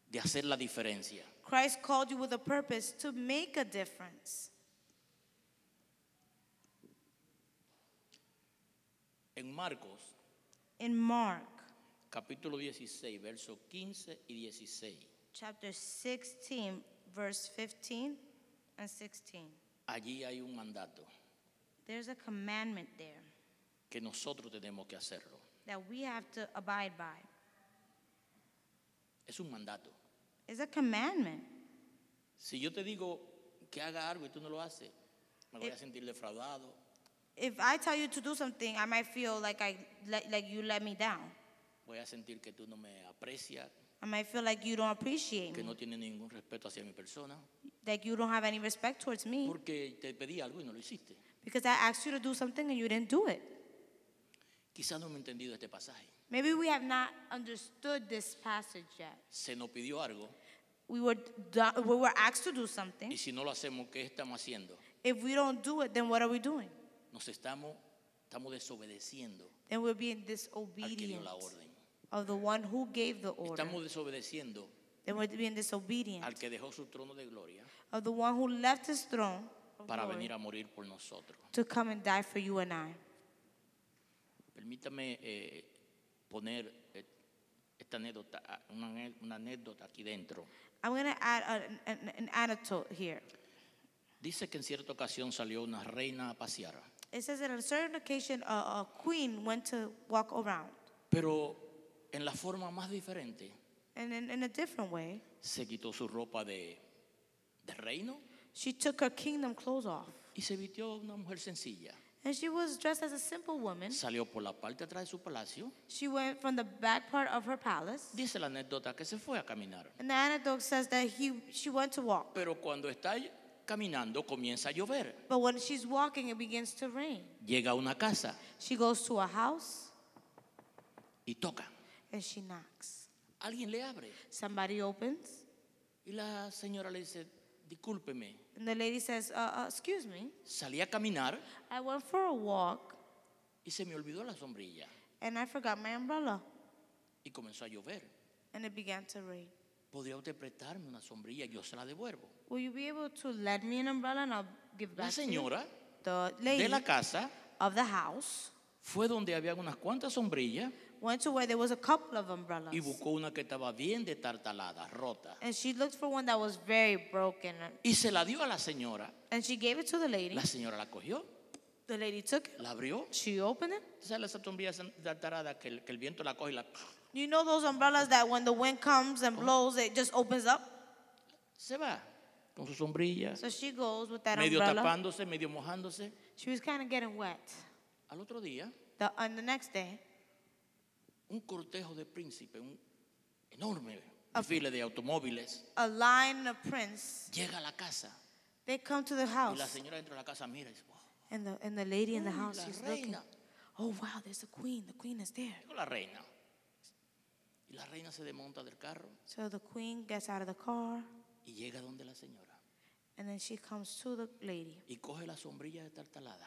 Speaker 1: de hacer la diferencia.
Speaker 2: Christ called you with a purpose to make a difference.
Speaker 1: En Marcos,
Speaker 2: In Mark
Speaker 1: capítulo 16, versos 15 y 16,
Speaker 2: chapter 16, verse 15 and 16,
Speaker 1: allí hay un mandato
Speaker 2: there's a commandment there
Speaker 1: que nosotros tenemos que hacerlo.
Speaker 2: that we have to abide by.
Speaker 1: Es un mandato.
Speaker 2: It's a commandment.
Speaker 1: Si yo te digo que haga algo y tú no lo haces, me voy a sentir defraudado.
Speaker 2: If I tell you to do something, I might feel like I let, like you let me down.
Speaker 1: Voy a sentir que tú no me aprecias,
Speaker 2: I might feel like you don't appreciate
Speaker 1: que
Speaker 2: me,
Speaker 1: no tienes ningún respeto hacia mi persona,
Speaker 2: like you don't have any respect towards me
Speaker 1: porque te pedí algo y no lo hiciste.
Speaker 2: because I asked you to do something and you didn't do it.
Speaker 1: Quizás no me he entendido este pasaje.
Speaker 2: Maybe we have not understood this passage yet.
Speaker 1: Se nos pidió algo
Speaker 2: We were do- we were asked to do
Speaker 1: y
Speaker 2: something.
Speaker 1: si no lo hacemos, ¿qué estamos haciendo?
Speaker 2: If we don't do it, then what are we doing?
Speaker 1: Nos estamos, estamos desobedeciendo
Speaker 2: Then we're being
Speaker 1: al que dio
Speaker 2: disobedient
Speaker 1: la orden.
Speaker 2: of the one who gave the order.
Speaker 1: Estamos desobedeciendo
Speaker 2: Then we're being disobedient
Speaker 1: al que dejó su trono de gloria
Speaker 2: of the one who left his throne
Speaker 1: Oh,
Speaker 2: of
Speaker 1: para
Speaker 2: glory
Speaker 1: venir a morir por nosotros.
Speaker 2: to come and die for you and I.
Speaker 1: Permítame eh, poner eh, esta anécdota, ah, una, ane- una anécdota aquí dentro.
Speaker 2: I'm going to add an, an, an anecdote here.
Speaker 1: Dice que en cierta ocasión salió una reina a pasear,
Speaker 2: It says that on a certain occasion, a, a queen went to walk around.
Speaker 1: pero en la forma más diferente
Speaker 2: And in, in a different way,
Speaker 1: se quitó su ropa de, de reino
Speaker 2: she took her kingdom clothes off.
Speaker 1: y se vistió una mujer sencilla.
Speaker 2: And she was dressed as a simple woman.
Speaker 1: Salió por la parte de atrás de su palacio.
Speaker 2: She went from the back part of her palace.
Speaker 1: Dice la anécdota que se fue a caminar,
Speaker 2: And the anecdote says that he, she went to walk.
Speaker 1: pero cuando está caminando comienza a llover.
Speaker 2: But when she's walking, it begins to rain.
Speaker 1: Llega a una casa
Speaker 2: She goes to a house
Speaker 1: y toca.
Speaker 2: and she knocks.
Speaker 1: Alguien le abre
Speaker 2: Somebody opens,
Speaker 1: y la señora le dice, discúlpeme,
Speaker 2: and the lady says, uh, uh, Excuse me,
Speaker 1: salí a caminar
Speaker 2: I went for a walk
Speaker 1: y se me olvidó la sombrilla
Speaker 2: and I forgot my umbrella.
Speaker 1: y comenzó a llover.
Speaker 2: And it began to rain.
Speaker 1: ¿Podría usted prestarme una sombrilla? Yo se la devuelvo.
Speaker 2: Will you be able to lend me an umbrella and I'll give it
Speaker 1: La
Speaker 2: back to you?
Speaker 1: señora
Speaker 2: The
Speaker 1: de
Speaker 2: lady
Speaker 1: la casa
Speaker 2: of the house
Speaker 1: fue donde había unas cuantas sombrillas
Speaker 2: went to where there was a couple of umbrellas.
Speaker 1: y buscó una que estaba bien detartalada, rota.
Speaker 2: And she looked for one that was very broken. and-
Speaker 1: Y se la dio a la señora.
Speaker 2: And she gave it to the lady.
Speaker 1: La señora la cogió,
Speaker 2: The lady took it.
Speaker 1: la abrió.
Speaker 2: She opened it.
Speaker 1: ¿Sabes esa sombrilla detartalada que el, que el viento la coge y la...
Speaker 2: You know those umbrellas that when the wind comes
Speaker 1: Oh.
Speaker 2: and blows, it just opens up?
Speaker 1: Se va con su sombrilla,
Speaker 2: So she goes with that
Speaker 1: medio
Speaker 2: umbrella.
Speaker 1: tapándose, medio mojándose.
Speaker 2: She was kind of getting wet.
Speaker 1: Al otro día,
Speaker 2: The, on the next day,
Speaker 1: un cortejo de príncipe, un, enorme desfile de automóviles.
Speaker 2: a line of prince.
Speaker 1: Llega a la casa
Speaker 2: They come to the
Speaker 1: y la
Speaker 2: house,
Speaker 1: señora dentro de la casa mira y dice, "Wow,
Speaker 2: and the, and the lady in the
Speaker 1: Uy,
Speaker 2: house
Speaker 1: la
Speaker 2: is looking.
Speaker 1: reina.
Speaker 2: Oh, wow, there's a queen. The queen is there.
Speaker 1: llegó la reina. Y la reina se desmonta del carro
Speaker 2: So the queen gets out of the car,
Speaker 1: y llega donde la señora
Speaker 2: and then she comes to the lady,
Speaker 1: y coge la sombrilla de tartalada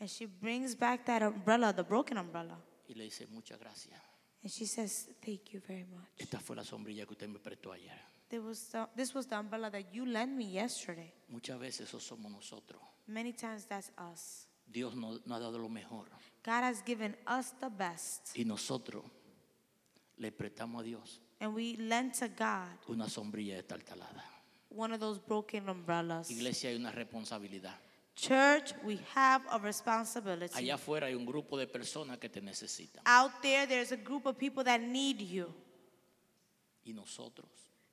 Speaker 2: and she brings back that umbrella, the broken umbrella,
Speaker 1: y le dice, muchas gracias.
Speaker 2: and she says, Thank you very much.
Speaker 1: Esta fue la sombrilla que usted me prestó ayer.
Speaker 2: There was the, this was the umbrella that you lent me yesterday.
Speaker 1: Muchas veces eso somos nosotros.
Speaker 2: Many times that's us.
Speaker 1: Dios nos no ha dado lo mejor
Speaker 2: God has given us the best,
Speaker 1: y nosotros le prestamos a Dios
Speaker 2: and we lent to God
Speaker 1: una sombrilla de tartalada.
Speaker 2: one of those broken umbrellas.
Speaker 1: Iglesia hay una responsabilidad.
Speaker 2: Church, we have a responsibility.
Speaker 1: Allá afuera hay un grupo de personas que te necesitan
Speaker 2: Out there, there's a group of people that need you,
Speaker 1: y nosotros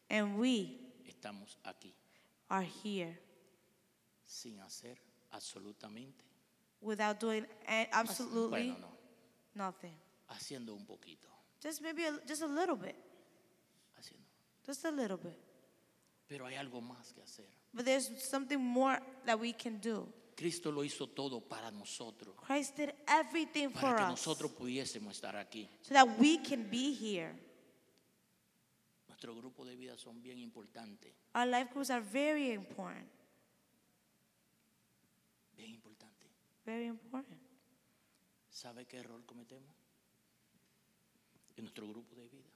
Speaker 2: and we
Speaker 1: estamos aquí
Speaker 2: are here
Speaker 1: sin hacer absolutamente.
Speaker 2: without doing a- absolutely
Speaker 1: Bueno, no,
Speaker 2: nothing.
Speaker 1: haciendo un poquito,
Speaker 2: Just maybe a, just a little bit,
Speaker 1: haciendo.
Speaker 2: just a little bit.
Speaker 1: Pero hay algo más que hacer.
Speaker 2: But there's something more that we can do.
Speaker 1: Cristo lo hizo todo para nosotros,
Speaker 2: Christ did everything
Speaker 1: para
Speaker 2: for
Speaker 1: que
Speaker 2: us
Speaker 1: nosotros pudiésemos estar aquí.
Speaker 2: so that we can be here.
Speaker 1: Nuestro grupo de vida son bien importantes,
Speaker 2: Our life groups are very important,
Speaker 1: bien importantes.
Speaker 2: very important.
Speaker 1: ¿Sabe qué error cometemos? En nuestro grupo de vida,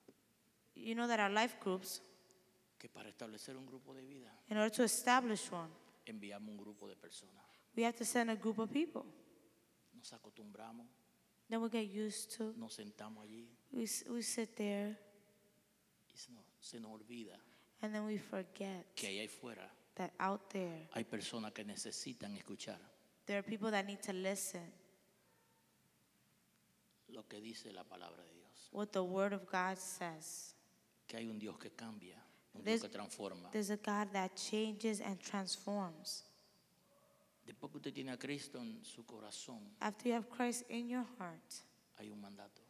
Speaker 2: You know that our life groups,
Speaker 1: que para establecer un grupo de vida
Speaker 2: in order to establish one,
Speaker 1: enviamos un grupo de personas.
Speaker 2: we have to send a group of people.
Speaker 1: Nos acostumbramos,
Speaker 2: Then we get used to.
Speaker 1: nos sentamos allí
Speaker 2: We, s- we sit there
Speaker 1: y se nos, se nos olvida
Speaker 2: and then we forget
Speaker 1: que ahí afuera
Speaker 2: that out there,
Speaker 1: hay personas que necesitan escuchar
Speaker 2: there are people that need to listen
Speaker 1: lo que dice la palabra de Dios.
Speaker 2: what the Word of God says.
Speaker 1: Que hay un Dios que cambia, un Dios
Speaker 2: There's-
Speaker 1: que transforma.
Speaker 2: There's a God that changes and transforms.
Speaker 1: Después que usted tiene a Cristo en su corazón,
Speaker 2: After you have Christ in your heart,
Speaker 1: hay un mandato.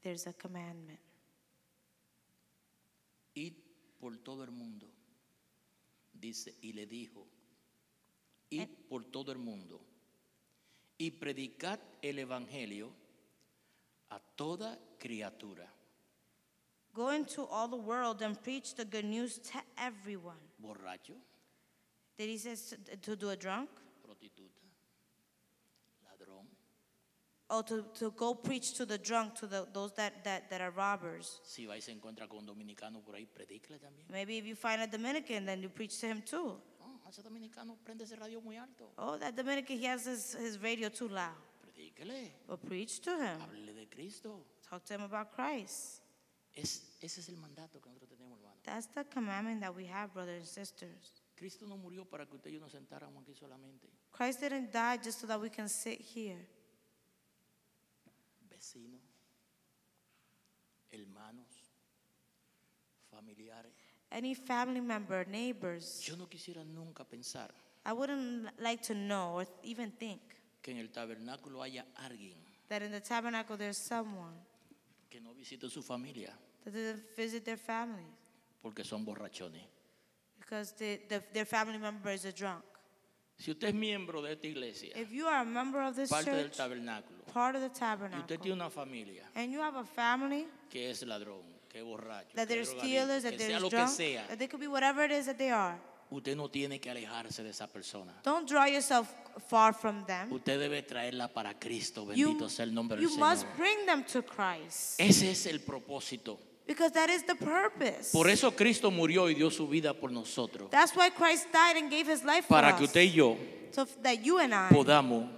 Speaker 2: there's a commandment
Speaker 1: Id por todo el mundo. Dice, y le dijo, id por todo el mundo y predicad el Evangelio a toda criatura.
Speaker 2: Go into all the world and preach the good news to everyone.
Speaker 1: Borracho,
Speaker 2: Did he say to, to do a drunk?
Speaker 1: prostituta, ladrón,
Speaker 2: Oh, to, to go preach to the drunk, to the, those that, that, that are robbers.
Speaker 1: si va y se encuentra con un dominicano por ahí, predícale también.
Speaker 2: Maybe if you find a Dominican, then you preach to him too.
Speaker 1: No, ese dominicano prende ese radio muy alto.
Speaker 2: Oh, that Dominican, he has his, his radio too loud.
Speaker 1: Predícale,
Speaker 2: But preach to him.
Speaker 1: háblele de Cristo.
Speaker 2: Talk to him about Christ.
Speaker 1: Es, ese es el mandato que nosotros tenemos, hermano.
Speaker 2: That's the commandment that we have, brothers and sisters.
Speaker 1: Cristo no murió para que usted y yo nos sentáramos aquí solamente.
Speaker 2: Christ didn't die just so that we can sit here.
Speaker 1: vecinos, hermanos, familiares.
Speaker 2: Any family member, neighbors,
Speaker 1: Yo no quisiera nunca pensar
Speaker 2: I wouldn't like to know or even think
Speaker 1: que en el tabernáculo haya alguien
Speaker 2: that in the tabernacle there's someone
Speaker 1: que no visite su familia
Speaker 2: that doesn't visit their families
Speaker 1: porque son borrachones.
Speaker 2: because they, the, their family member is a drunk.
Speaker 1: Si usted es miembro de esta iglesia,
Speaker 2: If you are a member of this
Speaker 1: parte del
Speaker 2: church,
Speaker 1: tabernáculo,
Speaker 2: part of the
Speaker 1: y usted tiene
Speaker 2: tabernacle,
Speaker 1: una familia
Speaker 2: and you have a family
Speaker 1: que es ladrón, que es borracho,
Speaker 2: that
Speaker 1: que
Speaker 2: they're
Speaker 1: es drogadicto,
Speaker 2: stealers,
Speaker 1: que
Speaker 2: that
Speaker 1: sea
Speaker 2: they're
Speaker 1: lo que
Speaker 2: drunk,
Speaker 1: sea,
Speaker 2: that they could be whatever it is that they are.
Speaker 1: usted no tiene que alejarse de esa persona.
Speaker 2: Don't draw yourself far from them.
Speaker 1: Usted debe traerla para Cristo,
Speaker 2: You,
Speaker 1: bendito sea el nombre del
Speaker 2: you must
Speaker 1: Señor.
Speaker 2: bring them to Christ
Speaker 1: Ese es el propósito.
Speaker 2: because that is the purpose.
Speaker 1: Por eso Cristo murió y dio su vida por nosotros.
Speaker 2: That's why Christ died and gave his life for
Speaker 1: Para que
Speaker 2: us
Speaker 1: usted y yo
Speaker 2: so that you and I
Speaker 1: podamos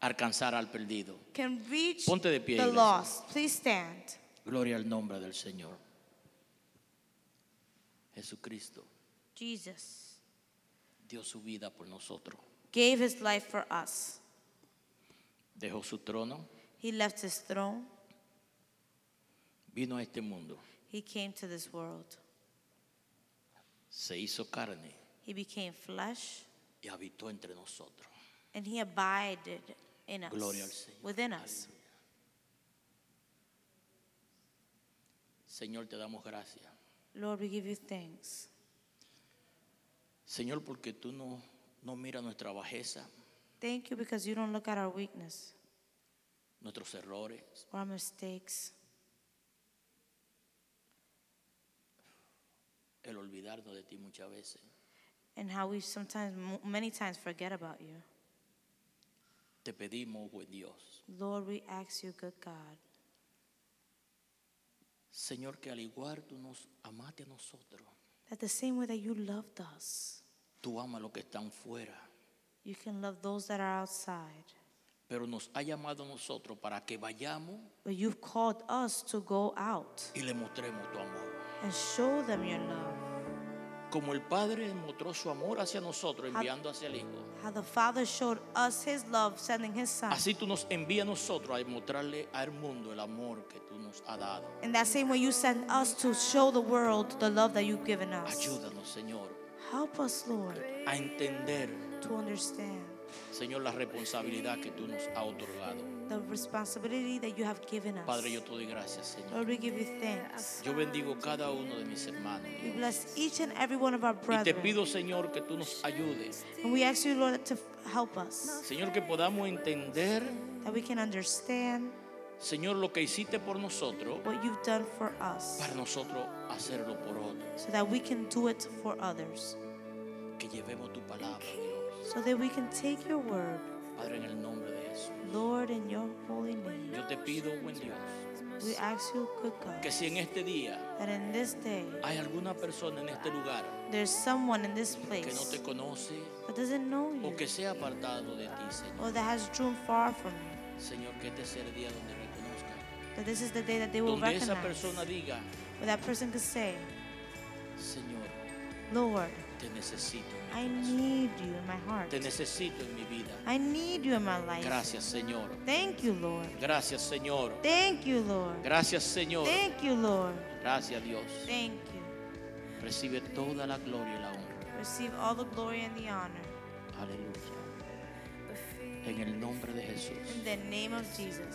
Speaker 1: alcanzar al perdido.
Speaker 2: can reach
Speaker 1: Ponte de pie,
Speaker 2: the
Speaker 1: iglesia.
Speaker 2: lost. Please stand.
Speaker 1: Gloria al nombre del Señor. Jesucristo
Speaker 2: Jesus
Speaker 1: dio su vida por nosotros.
Speaker 2: gave his life for us.
Speaker 1: Dejó su trono,
Speaker 2: He left his throne.
Speaker 1: vino a este mundo,
Speaker 2: He came to this world.
Speaker 1: se hizo carne
Speaker 2: He became flesh
Speaker 1: y habitó entre nosotros.
Speaker 2: and he abided in us,
Speaker 1: Gloria al Señor.
Speaker 2: within us.
Speaker 1: Aleluya. Señor, te damos gracias.
Speaker 2: Lord, we give you thanks.
Speaker 1: Señor, porque tú no, no miras nuestra bajeza,
Speaker 2: Thank you because you don't look at our weakness
Speaker 1: nuestros errores.
Speaker 2: or our mistakes,
Speaker 1: el olvidarnos de ti muchas veces.
Speaker 2: and how we sometimes, mo- many times, forget about you.
Speaker 1: Te pedimos, oh buen Dios,
Speaker 2: Lord, we ask you, good God,
Speaker 1: Señor, que al igual tú nos amaste a nosotros,
Speaker 2: that the same way that you loved us,
Speaker 1: tú amas a los que están fuera,
Speaker 2: you can love those that are outside.
Speaker 1: pero nos ha llamado a nosotros para que vayamos
Speaker 2: But you've called us to go out
Speaker 1: y le mostremos tu amor.
Speaker 2: and show them your love.
Speaker 1: Como el Padre mostró su amor hacia nosotros enviando hacia el Hijo,
Speaker 2: How the Father showed us his love, sending his Son.
Speaker 1: así tú nos envías a nosotros a mostrarle al mundo el amor que tú nos has dado.
Speaker 2: In that same way, you send us to show the world the love that you've given us.
Speaker 1: Ayúdanos, Señor,
Speaker 2: Help us, Lord,
Speaker 1: a entender,
Speaker 2: to understand
Speaker 1: Señor, la responsabilidad que tú nos has otorgado.
Speaker 2: the responsibility that you have given us.
Speaker 1: Padre, yo te doy gracias, Señor.
Speaker 2: Lord, we give you thanks.
Speaker 1: Yo bendigo cada uno de mis hermanos.
Speaker 2: We bless each and every one of our
Speaker 1: Y te
Speaker 2: brethren.
Speaker 1: pido, Señor, que tú nos ayudes.
Speaker 2: And we ask you, Lord, to help us,
Speaker 1: Señor, que podamos entender,
Speaker 2: that we can understand
Speaker 1: Señor, lo que hiciste por nosotros,
Speaker 2: what you've done for us,
Speaker 1: para nosotros hacerlo por otros.
Speaker 2: so that we can do it for others,
Speaker 1: Que llevemos tu palabra, Dios.
Speaker 2: so that we can take your word,
Speaker 1: Padre, en el nombre de Jesús.
Speaker 2: Lord, in your holy name.
Speaker 1: Yo te pido, buen Dios,
Speaker 2: We ask you, good God,
Speaker 1: que si en este día
Speaker 2: that in this day
Speaker 1: hay alguna persona en este lugar
Speaker 2: there's someone in this
Speaker 1: que no
Speaker 2: place
Speaker 1: te conoce
Speaker 2: that doesn't know
Speaker 1: o que
Speaker 2: you
Speaker 1: sea apartado de ti, Señor,
Speaker 2: or that has drawn far from you,
Speaker 1: Señor, que este sea el día donde reconozca.
Speaker 2: that this is the day that they will
Speaker 1: Donde esa
Speaker 2: recognize,
Speaker 1: persona diga,
Speaker 2: where that person could say,
Speaker 1: Señor,
Speaker 2: Lord,
Speaker 1: te necesito. en mi corazón.
Speaker 2: I need you in my heart.
Speaker 1: Te necesito en mi vida.
Speaker 2: I need you in my life.
Speaker 1: Gracias, Señor.
Speaker 2: Thank you, Lord.
Speaker 1: Gracias, Señor.
Speaker 2: Thank you, Lord.
Speaker 1: Gracias, Señor.
Speaker 2: Thank you, Lord.
Speaker 1: Gracias, Dios.
Speaker 2: Thank you.
Speaker 1: Recibe toda la gloria y la honra.
Speaker 2: Receive all the glory and the honor.
Speaker 1: Aleluya. En el nombre de Jesús.
Speaker 2: In the name of Jesus.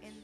Speaker 2: In